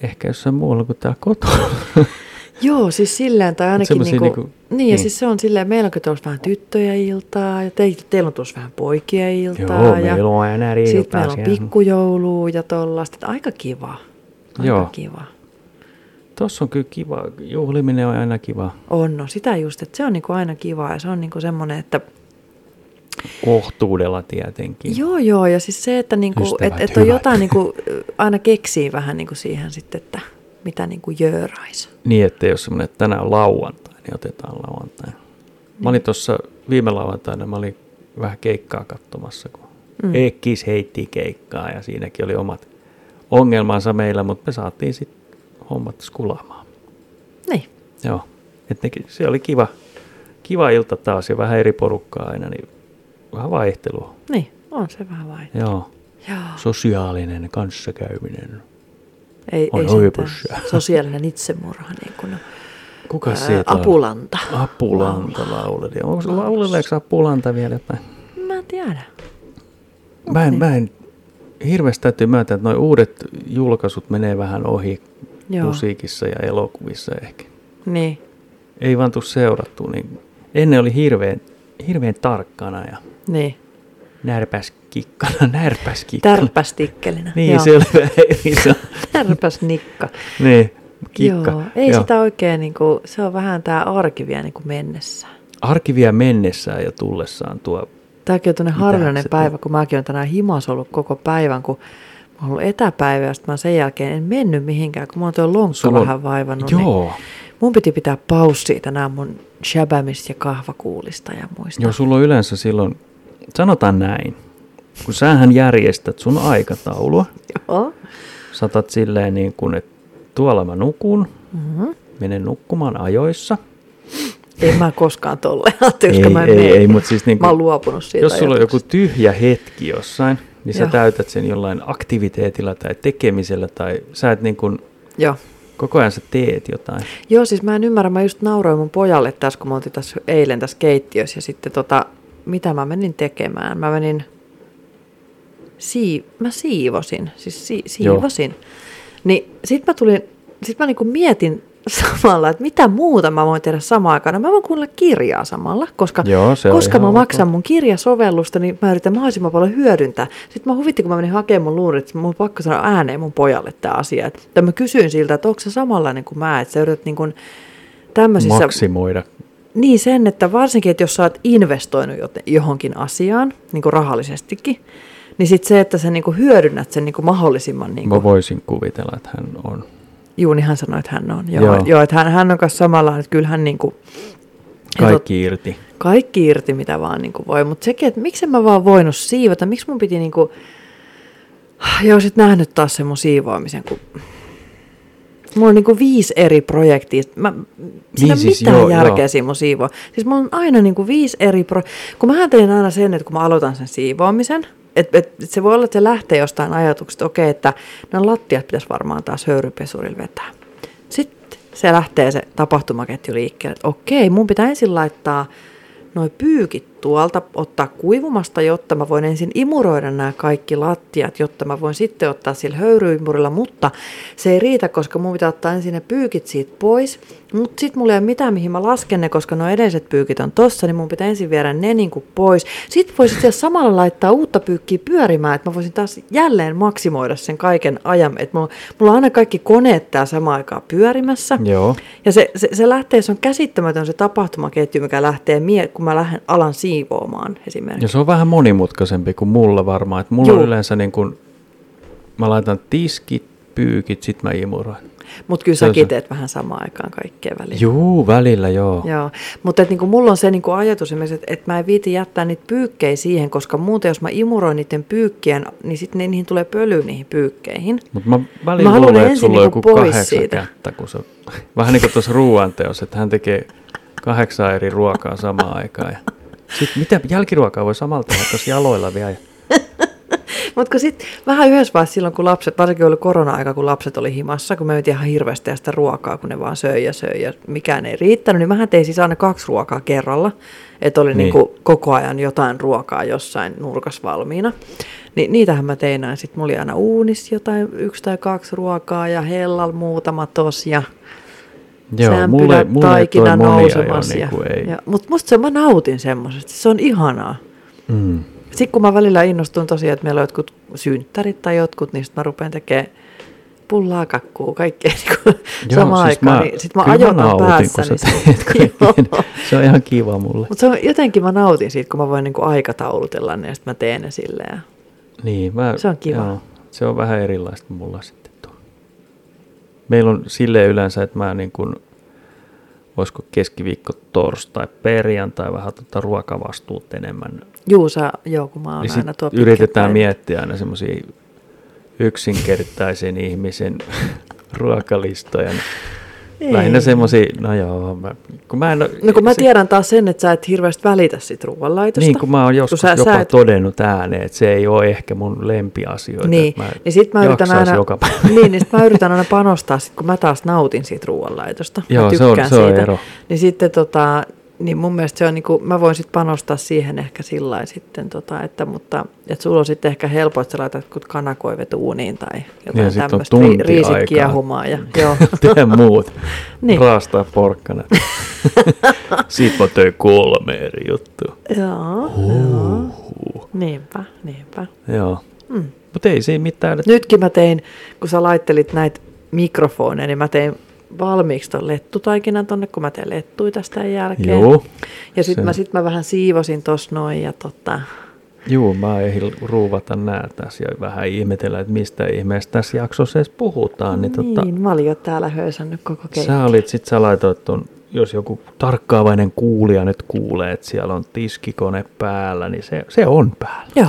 S1: ehkä jossain muualla kuin tää kotona.
S2: Joo, siis silleen, tai ainakin
S1: semmosia
S2: niin kuin,
S1: niinku-
S2: niin, niin,
S1: niin.
S2: ja siis se on silleen, meillä onkin tuossa vähän tyttöjä iltaa, ja teillä, teillä on tuossa vähän poikia iltaa,
S1: Joo,
S2: ja
S1: meillä on aina eri
S2: sitten
S1: iltaa
S2: meillä on
S1: siellä.
S2: pikkujoulua ja tollaista, että aika kiva, aika
S1: Joo.
S2: Joo. kiva.
S1: Tuossa on kyllä kiva, juhliminen on aina kiva.
S2: On, no sitä just, että se on niin kuin aina kiva, ja se on niin kuin semmoinen, että
S1: Kohtuudella tietenkin.
S2: Joo, joo, ja siis se, että niinku,
S1: Ystävät
S2: et, et on
S1: hyvät.
S2: jotain, niinku, aina keksii vähän niinku siihen sitten, että mitä niinku jööraisi.
S1: Niin, että jos semmoinen, että tänään on lauantai, niin otetaan lauantai. Mä olin tuossa viime lauantaina, mä olin vähän keikkaa katsomassa, kun mm.
S2: Mm.
S1: Ekkis heitti keikkaa ja siinäkin oli omat ongelmansa meillä, mutta me saatiin sitten hommat skulaamaan.
S2: Niin,
S1: Joo, Et ne, se oli kiva, kiva ilta taas ja vähän eri porukkaa aina, niin vähän vaihtelua.
S2: niin, on se vähän vain.
S1: Joo,
S2: Joo,
S1: sosiaalinen kanssakäyminen.
S2: ei,
S1: on
S2: ei sentään
S1: huipussa.
S2: sosiaalinen itsemurha, niin kuin,
S1: Kuka
S2: Ää,
S1: siitä on?
S2: Apulanta. No.
S1: Apulanta lauleli. Onko se lauleleeko Apulanta vielä jotain?
S2: mä en tiedä.
S1: Mä en, mä en hirveästi täytyy myöntää, että nuo uudet julkaisut menee vähän ohi Joo.
S2: Joo.
S1: musiikissa ja elokuvissa ehkä.
S2: Niin,
S1: Ei vaan tuu seurattua. Niin ennen oli hirveän, hirveän tarkkana ja
S2: niin.
S1: närpäskikkana, närpäskikkana.
S2: Tärpästikkelinä.
S1: Niin,
S2: joo.
S1: se oli vähän eri sana.
S2: Tärpäsnikka.
S1: niin, kikka.
S2: Joo, ei sitä oikein, niinku, se on vähän tää arki vielä niinku mennessään.
S1: Arkivia mennessään ja tullessaan tuo
S2: Tämäkin on tuonne
S1: Mitä
S2: harvinainen
S1: se
S2: päivä, kun mäkin olen tänään himas ollut koko päivän, kun mä oon ollut etäpäivä ja sitten mä sen jälkeen en mennyt mihinkään, kun mä oon tuo lonkka
S1: Sulla on-
S2: vähän vaivannut.
S1: Joo.
S2: Niin mun piti pitää paussia tänään mun shabamista ja kahvakuulista ja muista.
S1: Joo, sulla on yleensä silloin, sanotaan näin, kun sähän järjestät sun aikataulua,
S2: Joo.
S1: saatat silleen niin kuin, että tuolla mä nukun,
S2: Mm-hmm.
S1: menen nukkumaan ajoissa.
S2: En mä koskaan tolle ajattele,
S1: Ei,
S2: koska mä en
S1: ei,
S2: mene.
S1: ei, mut siis niinku-
S2: Mä oon luopunut siitä
S1: Jos sulla on joku
S2: ajatuksesta.
S1: tyhjä hetki jossain, niin sä
S2: Joo.
S1: täytät sen jollain aktiviteetilla tai tekemisellä tai sä et niin kuin,
S2: Joo.
S1: koko ajan sä teet jotain.
S2: Joo, siis mä en ymmärrä, mä just nauroin mun pojalle tässä, kun mä oltiin tässä eilen tässä keittiössä ja sitten tota, mitä mä menin tekemään? Mä menin, sii, mä siivosin, siis si,
S1: Joo.
S2: siivosin. Niin sit mä tulin, sit mä niinku mietin samalla, että mitä muuta mä voin tehdä samaan aikaan. No Mä voin kuunnella kirjaa samalla, koska,
S1: Joo, se on
S2: koska
S1: ihan
S2: mä
S1: ok.
S2: maksan mun kirjasovellusta, niin mä yritän mahdollisimman paljon hyödyntää. Sitten mä huvitti, kun mä menin hakemaan mun luurit, että mun on pakko sanoa ääneen mun pojalle tämä asia. Että, tai mä kysyin siltä, että onko se samanlainen kuin mä, että sä yrität niin kuin tämmöisissä...
S1: Maksimoida.
S2: Niin sen, että varsinkin, että jos sä oot investoinut jote- johonkin asiaan, niin kuin rahallisestikin, niin sit se, että sä niin kuin hyödynnät sen niin kuin mahdollisimman... Niin kuin,
S1: Mä voisin kuvitella, että hän on.
S2: Juu, niin hän sanoi, että hän on. Joo,
S1: Joo.
S2: joo. joo että hän, hän on kanssa samalla, että kyllähän niin kuin,
S1: Kaikki irti.
S2: kaikki irti, mitä vaan niin kuin voi. Mutta sekin, että miksi en mä vaan voinut siivota, miksi mun piti niin kuin... Joo, sit nähnyt taas sen mun siivoamisen, kun... Mulla on niin kuin viisi eri projektia. Mä, siinä niin
S1: siis
S2: siis, mitään
S1: joo,
S2: joo, järkeä
S1: joo.
S2: joo. siinä mun siivoa. Siis mulla on aina niin kuin viisi eri pro... Kun mä teen aina sen, että kun mä aloitan sen siivoamisen, että et, et se voi olla, että se lähtee jostain ajatuksesta, okei, okay, että no lattiat pitäisi varmaan taas höyrypesurilla vetää. Sitten se lähtee se tapahtumaketju liikkeelle, että okei, mun pitää ensin laittaa noi pyykit tuolta, ottaa kuivumasta, jotta mä voin ensin imuroida nämä kaikki lattiat, jotta mä voin sitten ottaa sillä höyryimurilla, mutta se ei riitä, koska mun pitää ottaa ensin ne pyykit siitä pois, mutta sitten mulla ei ole mitään, mihin mä lasken ne, koska nuo edelliset pyykit on tossa, niin mun pitää ensin viedä ne niin kuin pois. Sitten voisi itse asiassa samalla laittaa uutta pyykkiä pyörimään, että mä voisin taas jälleen maksimoida sen kaiken ajan, että mulla, mulla on aina kaikki koneet tää samaan aikaan pyörimässä.
S1: Joo.
S2: Ja se, se, se lähtee, se on käsittämätön se tapahtumaketju, mikä lähtee mie, kun mä lähden alan siivoamaan esimerkiksi.
S1: Ja se on vähän monimutkaisempi kuin mulla varmaan. Et mulla Juu. on
S2: Juu.
S1: yleensä niin kuin, mä laitan tiskit pyykit, sit mä imuroin.
S2: Mutta kyllä
S1: Se on
S2: säkin
S1: se.
S2: teet vähän samaan aikaan kaikkea väliin.
S1: Juu, välillä joo.
S2: Joo, mutta niinku mulla on se niinku ajatus esimerkiksi, että et mä en viiti jättää niitä pyykkejä siihen, koska muuten jos mä imuroin niiden pyykkien, niin sitten niihin tulee pöly niihin pyykkeihin.
S1: Mutta mä
S2: Mä
S1: välillä
S2: haluan
S1: luulen, että
S2: ensin
S1: sulla on joku
S2: niinku pois
S1: kahdeksan siitä.
S2: siitä.
S1: kättä, kun sä, vähän niin kuin tuossa ruoanteossa, että hän tekee kahdeksan eri ruokaa samaan aikaan. Ja sit mitä jälkiruokaa voi samalla tehdä tuossa jaloilla vielä?
S2: Mutta sitten vähän yhdessä vaiheessa silloin, kun lapset, varsinkin oli korona-aika, kun lapset oli himassa, kun me nyt ihan hirveästi tehdä sitä ruokaa, kun ne vaan söi ja söi ja mikään ei riittänyt, niin mä tein siis aina kaksi ruokaa kerralla, että oli
S1: Niin.
S2: niin. niinku koko ajan jotain ruokaa jossain nurkas valmiina. Niin niitähän mä tein aina, sitten mulla oli aina uunis jotain yksi tai kaksi ruokaa ja hellal muutama tos ja
S1: Joo, mulle, mulle toi
S2: taikina
S1: monia jo
S2: nousemassa.
S1: niin kuin ei.
S2: Ja, mutta musta se, mä nautin semmoisesta, se on ihanaa.
S1: Mm.
S2: Sitten kun mä välillä innostun tosiaan, että meillä on jotkut synttärit tai jotkut, niin sit mä rupean tekemään pullaa, kakkuu, kaikkea niin
S1: Joo,
S2: samaan
S1: siis
S2: aikaan. Niin sitten mä
S1: kyllä
S2: ajoitan
S1: nautin,
S2: päässä.
S1: Kun sä teet kaiken. se on ihan kiva mulle.
S2: Mutta jotenkin mä nautin siitä, kun mä voin niinku aikataulutella ne ja sitten mä teen ne silleen.
S1: Niin, mä,
S2: Se on kiva.
S1: se on vähän erilaista mulla sitten tuo. Meillä on silleen yleensä, että mä niin kuin, olisiko keskiviikko, torstai, perjantai vähän tota ruokavastuut enemmän.
S2: Juu, sä, joo, kun mä oon
S1: Niin sit
S2: aina tuo pitkä
S1: yritetään
S2: päivä.
S1: miettiä aina semmoisia yksinkertaisen ihmisen ruokalistoja.
S2: Ei.
S1: Lähinnä semmoisia, no joo, mä, kun mä en oo-
S2: No kun mä
S1: se-
S2: tiedän taas sen, että sä et hirveästi välitä siitä ruoanlaitosta.
S1: Niin kuin mä oon joskus
S2: sä-
S1: sä,
S2: sä
S1: jopa
S2: et-
S1: et... todennut ääneen, että se ei ole ehkä mun lempiasioita.
S2: Niin,
S1: että
S2: niin sit mä yritän
S1: jaksais
S2: aina,
S1: joka päivä.
S2: niin, niin sit mä yritän aina panostaa, sit, kun mä taas nautin siitä ruoanlaitosta. Mä
S1: Joo, se on-
S2: tykkään
S1: se on
S2: siitä.
S1: ero.
S2: Niin sitten tota, niin mun mielestä se on niinku, mä voin sitten panostaa siihen ehkä sillä lailla sitten, tota, että, mutta, että sulla on sitten ehkä helpoin, että sä laitat kun kanakoivet uuniin tai
S1: Ja
S2: jotain
S1: sitten Niin, on
S2: tämmöistä
S1: tunti
S2: riisit
S1: aikaa.
S2: kiehumaan. Ja, joo.
S1: Tee muut. niin.
S2: Niin.
S1: Raastaa porkkana. Siitä mä tein kolme eri juttua.
S2: joo, joo.
S1: Huh.
S2: Niinpä, niinpä.
S1: Joo.
S2: Mm.
S1: Mutta ei siinä mitään. Nyt.
S2: Nytkin mä tein, kun sä laittelit näitä mikrofoneja, niin mä tein valmiiksi ton lettutaikinan tonne, kun mä teen lettui tästä jälkeen.
S1: Joo.
S2: Ja sit
S1: Se-
S2: mä, sit mä vähän siivosin tos noin ja tota,
S1: Juu, mä ehdin ruuvata nää tässä ja vähän ihmetellä, että mistä ihmeestä tässä jaksossa edes puhutaan. Niin,
S2: niin,
S1: tota,
S2: mä olin jo täällä höysännyt koko
S1: Sä
S2: keittiön.
S1: olit, sit sä laitoit ton, jos joku tarkkaavainen kuulija nyt kuulee, että siellä on tiskikone päällä, niin se, se on päällä.
S2: Joo,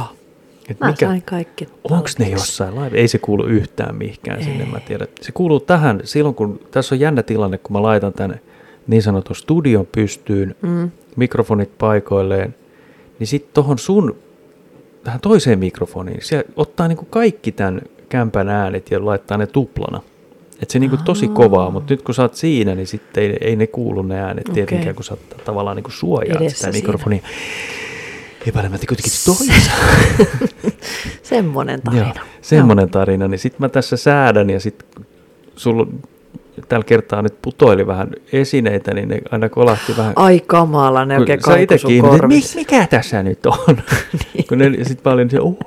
S1: Et
S2: mä mikä? sain kaikki.
S1: Onko ne jossain live? Ei se kuulu yhtään mihinkään sinne, mä tiedän. Se kuuluu tähän, silloin kun, tässä on jännä tilanne, kun mä laitan tänne niin sanotun studion pystyyn, mm. mikrofonit paikoilleen, niin sitten tohon sun, tähän toiseen mikrofoniin, se ottaa niinku kaikki tämän kämpän äänet ja laittaa ne tuplana. Et se niinku tosi kovaa, mutta nyt kun sä oot siinä, niin sitten ei, ei ne kuulu ne äänet okay.
S2: Okei.
S1: tietenkään, kun sä t- tavallaan niinku suojaat
S2: Edessä
S1: sitä
S2: siinä.
S1: mikrofonia. Epäilemättä kuitenkin toisaan.
S2: Semmonen tarina.
S1: Joo, semmoinen tarina. Niin sitten mä tässä säädän ja sitten sulla tällä kertaa nyt putoili vähän esineitä, niin ne aina kolahti vähän.
S2: Ai kamala, ne
S1: kun
S2: oikein
S1: sä
S2: kaikki
S1: itekin
S2: sun
S1: ihmetit,
S2: korvissa.
S1: "Mik- mikä tässä nyt on? niin. Kun ne sitten paljon se, uh,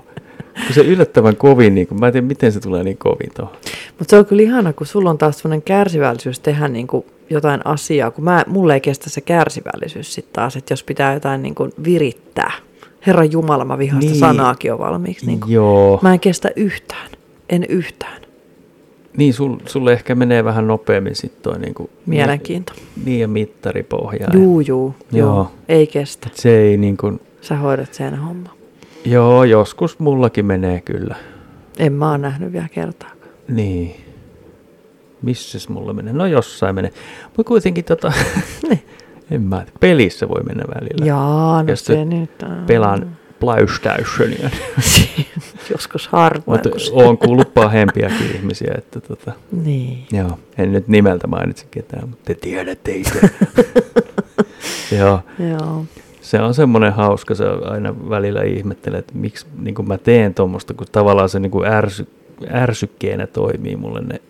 S1: kun se yllättävän kovin, niin kun, mä en tiedä miten se tulee niin kovin tuohon.
S2: Mutta se on kyllä ihana, kun sulla on taas sellainen kärsivällisyys tehdä niin kuin jotain asiaa, kun mä, mulle ei kestä se kärsivällisyys sitten taas, että jos pitää jotain niin kuin virittää. Herra Jumala, mä vihaan
S1: Niin.
S2: niin. sanaakin jo valmiiksi. Niin kuin.
S1: Joo.
S2: Mä en kestä yhtään, en yhtään
S1: Niin, sul, sulle ehkä menee vähän nopeammin sitten toi niin kuin,
S2: mielenkiinto.
S1: niin ja mittaripohja.
S2: Juu, juu,
S1: Joo.
S2: juu, ei kestä.
S1: Et Se ei niin kuin,
S2: Sä hoidat sen homma.
S1: joo, joskus mullakin menee kyllä.
S2: En mä oon nähnyt vielä kertaakaan.
S1: Niin. Missäs mulla menee? No jossain menee. Mutta kuitenkin tota... en mä tiedä. Pelissä voi mennä välillä.
S2: Jaa, no
S1: Jos se
S2: se nyt on.
S1: Pelaan pläystäyssöniä.
S2: Joskus harvoin.
S1: Mutta
S2: kun se-
S1: oon kuullut pahempiakin ihmisiä, että tota...
S2: Niin.
S1: Joo, en nyt nimeltä mainitse ketään, mutta te tiedätte itse. Joo,
S2: Joo.
S1: se on semmoinen hauska, se aina välillä ihmettelee, että miksi niin mä teen tuommoista, kun tavallaan se niin ärsy, ärsykkeenä toimii mulle ne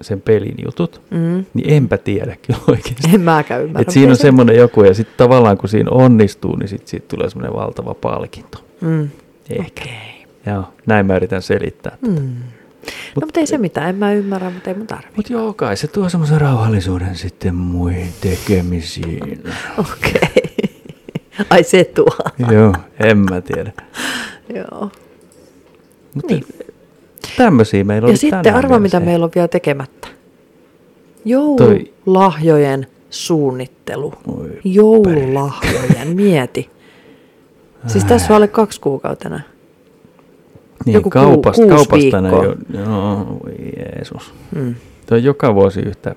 S1: sen pelin jutut.
S2: Mm.
S1: Niin enpä tiedä kyllä oikeasti.
S2: En mäkään ymmärrä.
S1: Et siinä on
S2: miten
S1: semmoinen joku ja sitten tavallaan kun siinä onnistuu, niin sit siitä tulee semmoinen valtava palkinto.
S2: Mm.
S1: Ehkä.
S2: Okei.
S1: Joo, näin mä yritän selittää.
S2: Mm.
S1: Mut-
S2: no mutta ei se mitään, en mä ymmärrä, mutta ei mun tarvi.
S1: Mutta joo, kai se tuo semmoisen rauhallisuuden sitten muihin
S2: Niin.
S1: tekemisiin.
S2: Okei. Ai se tuo.
S1: Niin. joo, en mä tiedä.
S2: Joo.
S1: Mut
S2: Niin.
S1: tämmöisiä meillä oli
S2: ja sitten
S1: tänään
S2: arva,
S1: vielä
S2: mitä
S1: se.
S2: meillä on vielä tekemättä. Joululahjojen suunnittelu.
S1: Voi
S2: Joululahjojen, mieti. Siis tässä on alle kaksi kuukautta enää.
S1: Niin,
S2: joku
S1: Joku
S2: ku-
S1: kaupasta,
S2: kuusi
S1: kaupasta näin
S2: viikkoa.
S1: jo, joo, voi Jeesus.
S2: Mm.
S1: Tuo on joka vuosi yhtä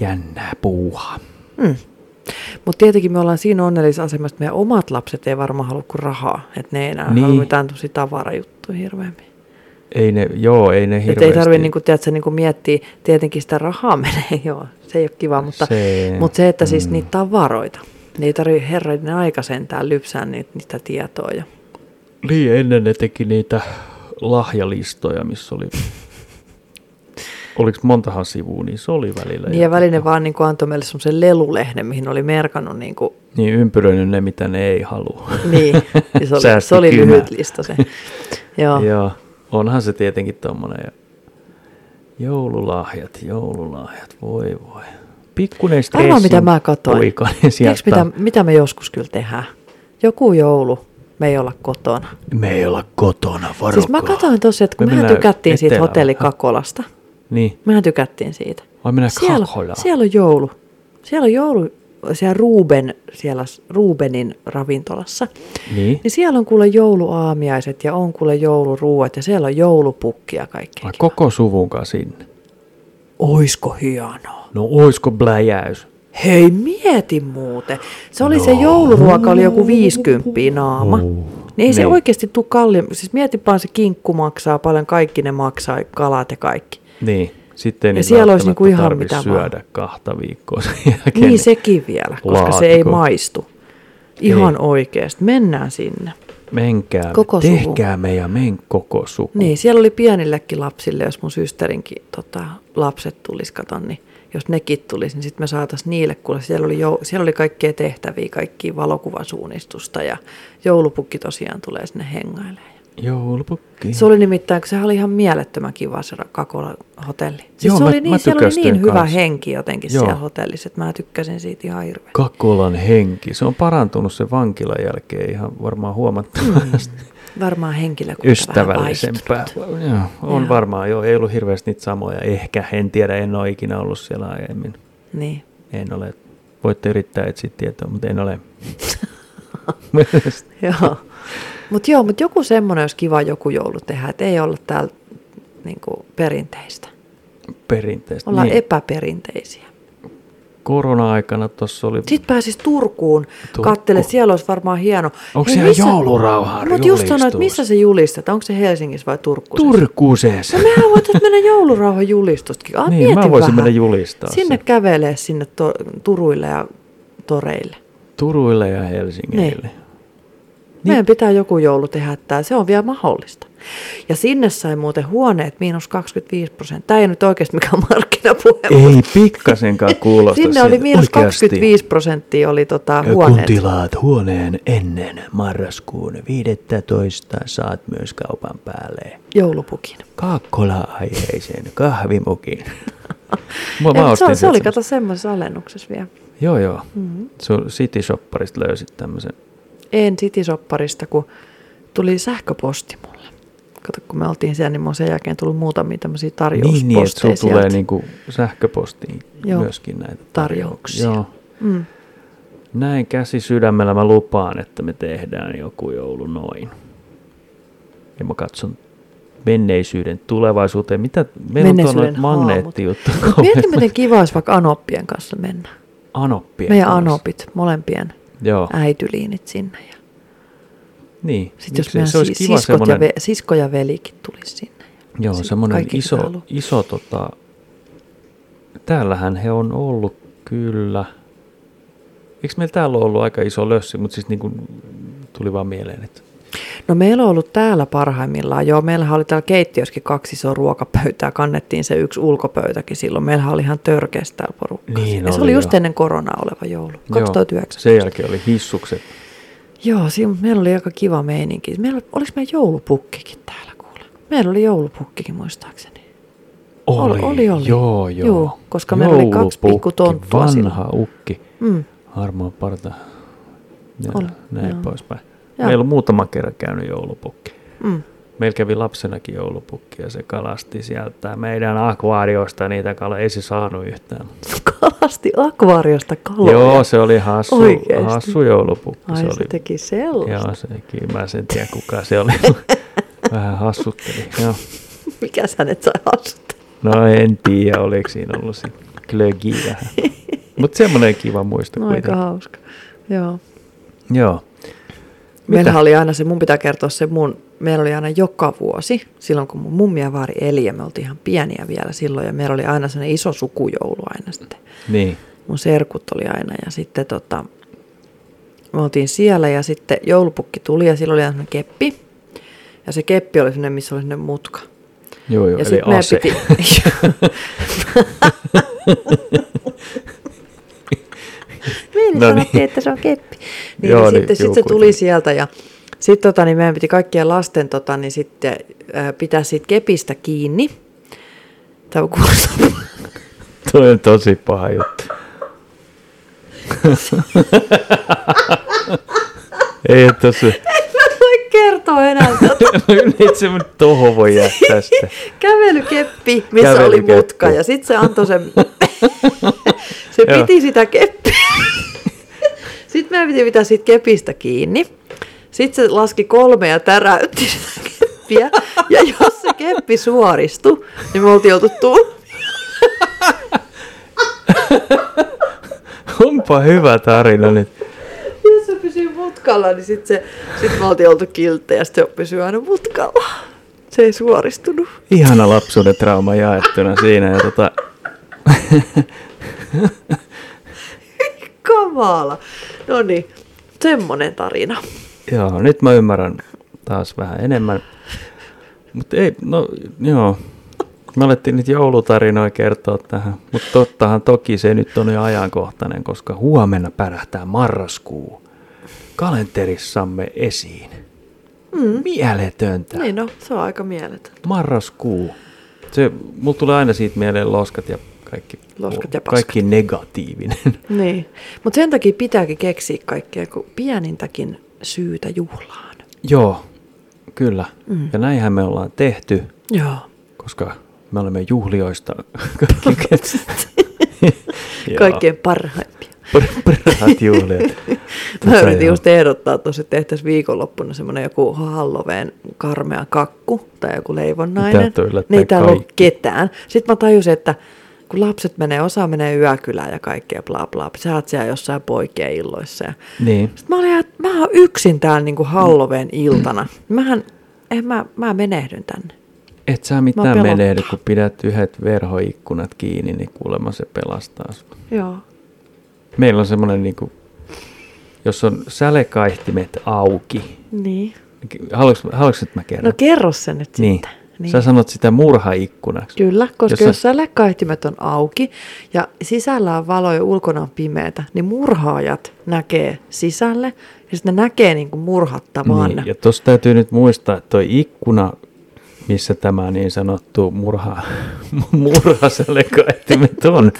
S1: jännää puuhaa.
S2: Mm. Mutta tietenkin me ollaan siinä onnellisessa asemassa, että meidän omat lapset ei varmaan halua kuin rahaa. Että ne ei enää niin.
S1: Niin.
S2: halua mitään tosi tavarajuttuja hirveämmin.
S1: Ei ne, joo, ei ne
S2: Että ei
S1: hirveästi.
S2: tarvitse niinku, tiedätkö, niinku miettiä, tietenkin sitä rahaa menee, joo, se ei ole kiva, mutta se,
S1: Se-
S2: mutta se että siis mm.
S1: mm.
S2: niitä tavaroita, niin ei tarvitse herrainen aika sentään lypsää niitä, niitä tietoa. Ja.
S1: Niin, ennen ne teki niitä lahjalistoja, missä oli... Oliko montahan sivua, niin se oli välillä.
S2: Niin ja väline vaan niinku antoi meille semmoisen lelulehden, mihin oli merkannut, niinku,
S1: Niin ympyröinyt ne, mitä ne ei halua.
S2: niin, ja se oli, se
S1: Säästi
S2: oli
S1: kynää.
S2: lyhyt lista se. Joo.
S1: Joo, onhan se tietenkin tommonen. Joululahjat, joululahjat, voi voi. Pikkuinen stressi.
S2: Arvaa, mitä mä katsoin.
S1: Poikainen
S2: Tiedätkö,
S1: sieltä.
S2: mitä, mitä me joskus kyllä tehdään? Joku joulu, me ei olla kotona.
S1: Me ei olla kotona, varokaa.
S2: Siis mä katsoin tosiaan, että kun
S1: Me
S2: mehän
S1: mennään
S2: tykättiin siitä
S1: etelään.
S2: hotelli Kakolasta.
S1: Niin,
S2: Mehän tykättiin siitä.
S1: vai mennä
S2: Siellä,
S1: kakolaan.
S2: siellä on joulu. Siellä on joulu siellä Ruben, siellä s- Rubenin ravintolassa.
S1: Niin.
S2: Niin siellä on kuule jouluaamiaiset ja on kuule jouluruuat ja siellä on joulupukkia kaikki.
S1: Vai koko suvun kanssa sinne.
S2: Oisko hienoa?
S1: No oisko bläjäys?
S2: Hei, mieti muuten. Se oli no. se jouluruoka, oli joku 50 naama.
S1: Oh.
S2: Niin ei se
S1: Niin.
S2: oikeasti tule kalli. Siis mieti vaan se kinkku maksaa paljon, kaikki ne maksaa, kalat ja kaikki.
S1: Niin, sitten ei
S2: Ja
S1: niitä
S2: siellä olisi
S1: välttämättä
S2: niinku ihan
S1: tarvi
S2: mitä
S1: syödä
S2: vaan.
S1: kahta viikkoa sen jälkeen.
S2: Niin sekin vielä, koska se ei
S1: Laatikko. Niin.
S2: maistu. Ihan
S1: Ei.
S2: oikeasti. Mennään sinne.
S1: Menkää,
S2: Koko
S1: koko
S2: suku.
S1: tehkää me ja men koko suku.
S2: Niin, siellä oli pienillekin lapsille, jos mun systerinkin tota, lapset tulisi, kato, niin jos nekin tulisi, niin sitten me saataisiin niille, kun siellä oli, jou- siellä oli kaikkea tehtäviä, kaikkia valokuvasuunnistusta ja joulupukki tosiaan tulee sinne hengailemaan.
S1: Joulupukki.
S2: Niin. Se oli nimittäin, kun sehän oli ihan mielettömän kiva se Kakola hotelli. Siis
S1: Joo,
S2: se
S1: mä-
S2: oli niin,
S1: mä
S2: siellä oli
S1: tykästyin
S2: niin hyvä
S1: kans.
S2: henki jotenkin Joo.
S1: Joo.
S2: siellä hotellissa, että mä tykkäsin siitä ihan hirveän.
S1: Kakolan henki. Se on parantunut sen vankilan jälkeen ihan varmaan huomattavasti.
S2: Varmaan henkilökunta Mm. vähän
S1: Ystävällisempää.
S2: vaihtunut.
S1: Joo, on
S2: Joo.
S1: joo. varmaan, joo. Ei ollut hirveästi niitä samoja. Ehkä, en tiedä, en ole ikinä ollut siellä aiemmin.
S2: Niin.
S1: En ole. Voitte yrittää etsiä tietoa, mutta en ole.
S2: Joo. Mutta joo, mut joku semmoinen olisi kiva joku joulu tehdä, että ei olla täällä niinku, perinteistä.
S1: Perinteistä.
S2: Ollaan
S1: Niin.
S2: niin. epäperinteisiä.
S1: Korona-aikana tuossa oli...
S2: Sitten pääsis Turkuun, Turku.
S1: Turku.
S2: kattele, siellä olisi varmaan hieno.
S1: Onko siellä joulurauhan
S2: Mutta just sanoin, että
S1: julistus?
S2: missä se julistetaan, onko se Helsingissä vai Turkussa?
S1: Turkuuseensa.
S2: No mehän voitaisiin mennä joulurauhan julistustkin. Ah,
S1: Niin, mä
S2: mieti
S1: voisin
S2: vähän.
S1: mennä julistaa
S2: Sinne
S1: sen.
S2: kävelee sinne to- Turuille ja toreille.
S1: Turuille ja Helsingeille.
S2: Niin. Meidän pitää joku joulu tehdä tää. Se on vielä mahdollista. Ja sinne sai muuten huoneet miinus 25 prosenttia. Tämä ei nyt oikeasti mikään markkinapuhelu.
S1: Ei pikkasenkaan kuulosta
S2: Sinne oli
S1: siltä.
S2: miinus
S1: Oikeasti.
S2: 25 prosenttia oli tota
S1: Ja Kun
S2: huoneet.
S1: tilaat huoneen ennen marraskuun 15, saat myös kaupan päälle
S2: Joulupukin.
S1: kaakkola-aiheisen kahvimukin.
S2: Mä, mä se,
S1: ostin
S2: se oli
S1: sieltä
S2: kato
S1: semmosen-
S2: semmoisessa alennuksessa vielä.
S1: Joo, joo.
S2: Mhm.
S1: Mm-hmm. Sun City Shopparista löysit tämmöisen.
S2: En sitisopparista, kun tuli sähköposti mulle. Kato, kun me oltiin siellä, niin mä oon sen jälkeen tullut muutamia tämmöisiä tarjousposteja
S1: Niin, niin, että sulla tulee
S2: sieltä.
S1: niinku sähköpostiin
S2: Joo.
S1: joo. myöskin näitä
S2: Tarjouksia.
S1: Joo.
S2: Mm.
S1: Näin käsi sydämellä mä lupaan, että me tehdään joku joulu noin. Ja mä katson menneisyyden tulevaisuuteen. Mitä? Meillä on tuolla
S2: Menneisyyden haamut.
S1: magneettijuttu.
S2: Mut Mieti, miten kiva olisi vaikka Anoppien kanssa mennä.
S1: Anoppia.
S2: Meidän
S1: kanssa.
S2: Anopit, molempien
S1: Joo,
S2: äityliinit sinne. Ja
S1: niin.
S2: sitten jos
S1: Miksei?
S2: meidän
S1: se olisi
S2: si-
S1: kiva
S2: siskot ja,
S1: semmoinen,
S2: ve- sisko ja velikin tulisi sinne.
S1: joo,
S2: sit
S1: semmoinen
S2: kaikki
S1: iso,
S2: mitä haluaa.
S1: iso tota, täällähän he on ollut kyllä. Eikö meillä täällä ole ollut aika iso lössi, mutta siis niin kuin tuli vaan mieleen, että
S2: No meillä on ollut täällä parhaimmillaan. Joo, meillähän oli täällä keittiössäkin kaksi isoa ruokapöytää. Kannettiin se yksi ulkopöytäkin silloin. Meillähän oli ihan törkeästi täällä porukkaa.
S1: Niin
S2: siinä. ja se
S1: oli
S2: oli just
S1: joo.
S2: ennen koronaa oleva joulu,
S1: joo,
S2: 2009.
S1: sen jälkeen oli hissukset.
S2: Joo, siinä, mut meillä oli aika kiva meininki. Meillä, oliko meillä joulupukkikin täällä kuule? Meillä oli joulupukkikin muistaakseni. Oli,
S1: Oli,
S2: oli, oli.
S1: Joo, joo.
S2: Juu, koska meillä oli kaksi
S1: Joulupukki,
S2: pikkutonttua
S1: Vanha
S2: silloin.
S1: ukki,
S2: Mm.
S1: harmaa parta ja
S2: Oli,
S1: näin
S2: joo.
S1: poispäin.
S2: Joo.
S1: Meillä on muutama kerran käynyt joulupukki.
S2: Mm.
S1: Meillä kävi lapsenakin joulupukki ja se kalasti sieltä meidän akvaariosta niitä kaloja. Ei se saanut yhtään.
S2: Kalasti akvaariosta kaloja.
S1: Joo, se oli hassu,
S2: Oikeesti?
S1: hassu joulupukki.
S2: Ai se,
S1: oli,
S2: teki sellaista.
S1: Joo, sekin. Mä en tiedä kuka se oli. Vähän hassutteli. Joo.
S2: Mikä sä nyt sai hassuttaa?
S1: No en tiedä, oliko siinä ollut se klögi vähän. Mutta semmoinen kiva muisto
S2: No aika hauska. Joo.
S1: Joo.
S2: Meillä oli aina se, mun pitää kertoa se mun, meillä oli aina joka vuosi, silloin kun mun mummi ja vaari eli ja me oltiin ihan pieniä vielä silloin ja meillä oli aina sellainen iso sukujoulu aina sitten.
S1: Niin.
S2: Mun serkut oli aina ja sitten tota, me oltiin siellä ja sitten joulupukki tuli ja silloin oli aina semmoinen keppi. Ja se keppi oli sellainen, missä oli sellainen mutka.
S1: Joo, joo, eli
S2: ja sit meidän
S1: ase.
S2: piti- Meille
S1: No
S2: no
S1: niin.
S2: sanottiin, niin. että se on keppi. Niin
S1: Joo,
S2: Joo,
S1: niin,
S2: sitten
S1: juu,
S2: sit se tuli
S1: kuitenkin.
S2: sieltä ja sitten tota, niin meidän piti kaikkien lasten tota, niin sitten, äh, pitää siitä kepistä kiinni. Tämä kuulostaa
S1: Toi on tosi paha juttu. Ei ole tossa...
S2: En mä voi kertoa enää tätä.
S1: No Nyt se mun tohon voi jättää sitä.
S2: Kävelykeppi, missä
S1: Kävelykeppi.
S2: oli mutka ja sitten se antoi sen, se
S1: Joo.
S2: piti sitä keppiä. sitten meidän piti pitää siitä kepistä kiinni. Sitten se laski kolme ja täräytti sitä keppiä. Ja jos se keppi suoristui, niin me oltiin oltu tuu.
S1: Onpa hyvä tarina nyt.
S2: Jos se pysyy mutkalla, niin sitten sit me oltiin oltu kilttejä ja sitten se pysyy aina mutkalla. Se ei suoristunut.
S1: Ihana lapsuuden trauma jaettuna siinä. Ja tota,
S2: Kamala. No niin, semmonen tarina.
S1: joo, nyt mä ymmärrän taas vähän enemmän. Mutta ei, no joo. Me alettiin nyt joulutarinoja kertoa tähän. Mutta tottahan toki se nyt on jo ajankohtainen, koska huomenna pärähtää marraskuu kalenterissamme esiin. Mm. Mieletöntä.
S2: Niin no, se on aika mieletön.
S1: Marraskuu. Se, mulla tulee aina siitä mieleen loskat ja kaikki,
S2: Loskat ja paskat.
S1: kaikki negatiivinen.
S2: Niin, mutta sen takia pitääkin keksiä kaikkea, kun pienintäkin syytä juhlaan.
S1: Joo, kyllä. Mm. Ja näinhän me ollaan tehty,
S2: Joo.
S1: koska me olemme juhlioista kaikki- Joo.
S2: Kaikkien parhaimpia.
S1: Par- parhaat juhlijat.
S2: Mä
S1: Tota
S2: yritin
S1: joo.
S2: just ehdottaa tuossa, että tehtäisiin viikonloppuna semmoinen joku Halloween karmea kakku tai joku leivonnainen.
S1: Täältä on yllättäen
S2: Niin täällä on
S1: kaikki.
S2: ketään. Sitten mä tajusin, että kun lapset menee, osa menee yökylään ja kaikkea bla bla. Sä oot siellä jossain poikien illoissa. Ja
S1: Niin.
S2: Sitten mä olin, ihan, että mä oon yksin täällä niin kuin Halloween iltana. Mähän, eh, mä, mä menehdyn tänne.
S1: Et sä mitään
S2: pelottaa.
S1: menehdy, kun pidät yhdet verhoikkunat kiinni, niin kuulemma se pelastaa sut.
S2: Joo.
S1: Meillä on semmoinen, niinku, jos on sälekaihtimet auki.
S2: Niin.
S1: Haluatko, haluatko että mä kerron?
S2: No kerro se nyt
S1: niin.
S2: sitten.
S1: niin. Sä sanot sitä murhaikkunaksi.
S2: Kyllä, koska
S1: Jos
S2: jos
S1: sä-
S2: sälekaihtimet on auki ja sisällä on valo ja ulkona on pimeätä, niin murhaajat näkee sisälle ja sitten ne näkee niin kuin murhattavan.
S1: Niin, ja tuossa täytyy nyt muistaa, että toi ikkuna, missä tämä niin sanottu murha, murhaselekaihtimet on,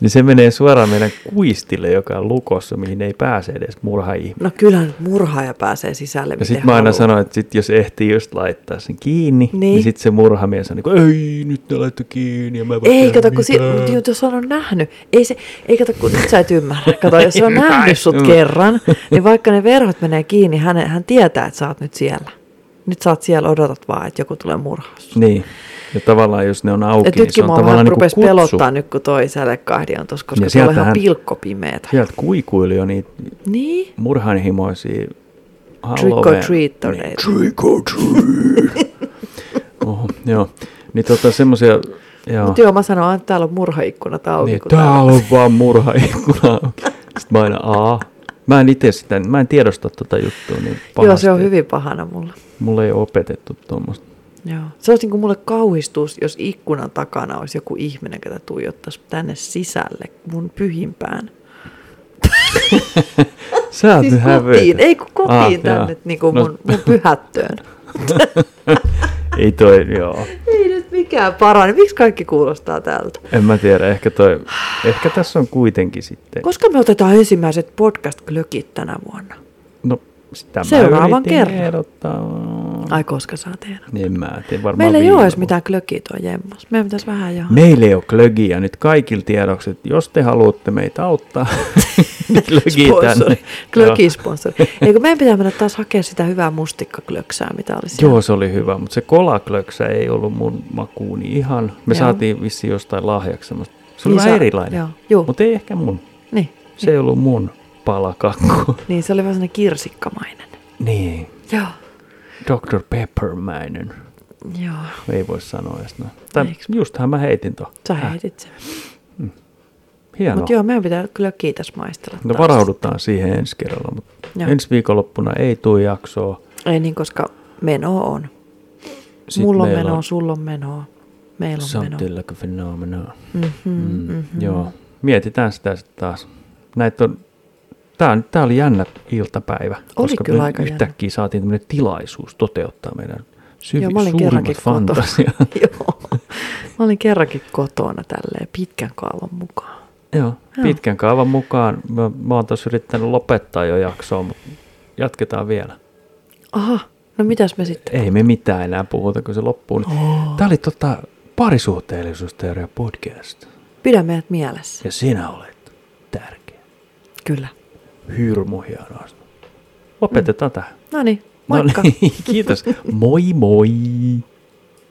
S1: niin se menee suoraan meidän kuistille, joka on lukossa, mihin ei pääse edes murhaihminen.
S2: No kyllähän nyt murhaaja pääsee sisälle
S1: Ja
S2: miten
S1: sitten mä aina
S2: haluaa.
S1: sanon, että sit jos ehtii just laittaa sen kiinni, niin,
S2: Niin.
S1: niin sitten se murhamies on niin kuin, ei, nyt ne laittoi kiinni ja mä en voi
S2: Ei,
S1: tehdä
S2: kato, kun si-
S1: mitään."
S2: mut ju- jos on on nähnyt, ei, se, ei kato, kun nyt sä et ymmärrä. Kato, jos on
S1: Mä en
S2: nähnyt sut
S1: ymmärrä.
S2: kerran, niin vaikka ne verhot menee kiinni, hän, hän tietää, että sä oot nyt siellä. Nyt sä oot siellä, odotat vaan, että joku tulee murhaa sut.
S1: Niin, ja tavallaan jos ne on auki,
S2: Et
S1: niin se
S2: nytkin
S1: on
S2: mua vähän
S1: tavallaan niin
S2: rupesi
S1: kutsu.
S2: pelottaa nyt, kun toi sälekahdi on tuossa, koska
S1: Ja
S2: tuolla on ihan
S1: sieltähän-
S2: pilkkopimeetä.
S1: Sieltä kuikuili jo niitä
S2: Niin?
S1: murhanhimoisia
S2: Trick or
S1: Halloween- Niin.
S2: treatoreita.
S1: Trick or treat. Oho, joo. Niin tota semmosia, joo.
S2: Mutta joo, niinku mä sanoin, että täällä on murhaikkunat auki.
S1: niin,
S2: kun
S1: täällä
S2: täällä-
S1: on vaan murhaikkuna auki. Sitten mä aina, aa. Mä en itse sitä, mä en tiedosta tota juttua niin pahasti.
S2: Joo, se on hyvin pahana mulla.
S1: Mulle ei ole opetettu tuommoista.
S2: Joo. Se olisi niin kuin mulle kauhistus, jos ikkunan takana olisi joku ihminen, ketä tuijottaisi tänne sisälle mun pyhimpään.
S1: Sä oot
S2: siis
S1: nyt
S2: kotiin,
S1: hävytön.
S2: ei kun kotiin
S1: Ah,
S2: ah, tänne
S1: joo.
S2: niin kuin
S1: No,
S2: mun, mun pyhättöön.
S1: Ei toi, joo.
S2: ei nyt mikään parane. Miksi kaikki kuulostaa tältä?
S1: En mä tiedä, ehkä toi, ehkä tässä on kuitenkin sitten.
S2: Koska me otetaan ensimmäiset podcast-klökit tänä vuonna?
S1: No, sitä mä
S2: Seuraavan
S1: yritin
S2: kerran.
S1: ehdottaa. on.
S2: Ai koska saa tehdä.
S1: Niin En mä tiedä, varmaan
S2: Meillä ei ole
S1: viikolla.
S2: edes mitään klökiä tuo jemmos. Meidän pitäisi vähän johon.
S1: Meillä ei ole klögiä nyt kaikilla tiedoksi, että jos te haluatte meitä auttaa, niin klögi tänne.
S2: Klöki sponsori. Eikö meidän pitää mennä taas hakemaan sitä hyvää mustikkaklöksää, mitä olisi.
S1: Joo, se oli hyvä, mutta se kolaklöksä ei ollut mun makuuni ihan. Me
S2: Joo. Niin
S1: joo. saatiin vissiin jostain lahjaksi semmoista. Se oli vähän erilainen,
S2: Joo, juu, Mut...
S1: mutta ei ehkä mun.
S2: niin.
S1: Se ei ollut mun palakakku.
S2: Niin, se oli vähän sellainen kirsikkamainen.
S1: niin,
S2: Joo.
S1: Dr. Peppermainen.
S2: Joo.
S1: Ei voi sanoa edes näin. Tai
S2: Eiks?
S1: justhan mä heitin ton.
S2: Sä
S1: Äh,
S2: heitit sen.
S1: Hienoa.
S2: Mutta joo, meidän pitää kyllä kiitos maistella.
S1: No
S2: taas.
S1: varaudutaan siihen ensi kerralla, mutta
S2: Joo.
S1: ensi viikonloppuna ei tule jaksoa.
S2: Ei niin, koska meno on. Sit Mulla on menoa, on... sulla on menoa. Meillä on menoa.
S1: Something like a phenomenon.
S2: Mm-hmm,
S1: Mm,
S2: mm-hmm.
S1: Joo, mietitään sitä sitten taas. Näitä on, tää, on, tää oli jännä iltapäivä.
S2: kyllä
S1: me
S2: aika jännä.
S1: Yhtäkkiä saatiin tämmöinen tilaisuus toteuttaa meidän syvi,
S2: Joo, mä olin kerrankin
S1: suurimmat fantasiat.
S2: kotona. Joo. Mä olin kerrankin kotona tälleen pitkän kaavan mukaan.
S1: Joo, pitkän kaavan mukaan. Mä, mä oon tossa yrittänyt lopettaa jo jaksoa, mutta jatketaan vielä.
S2: Aha, no mitäs me sitten?
S1: Ei me mitään enää puhuta, kun se loppuu.
S2: Oh.
S1: Tämä oli tota, parisuhteellisuusteoria podcast.
S2: Pidä meidät mielessä.
S1: Ja sinä olet tärkeä.
S2: Kyllä.
S1: Hyrmu hieno asia. Lopetetaan mm. tähän.
S2: No niin,
S1: No
S2: moikka.
S1: niin, kiitos. Moi moi.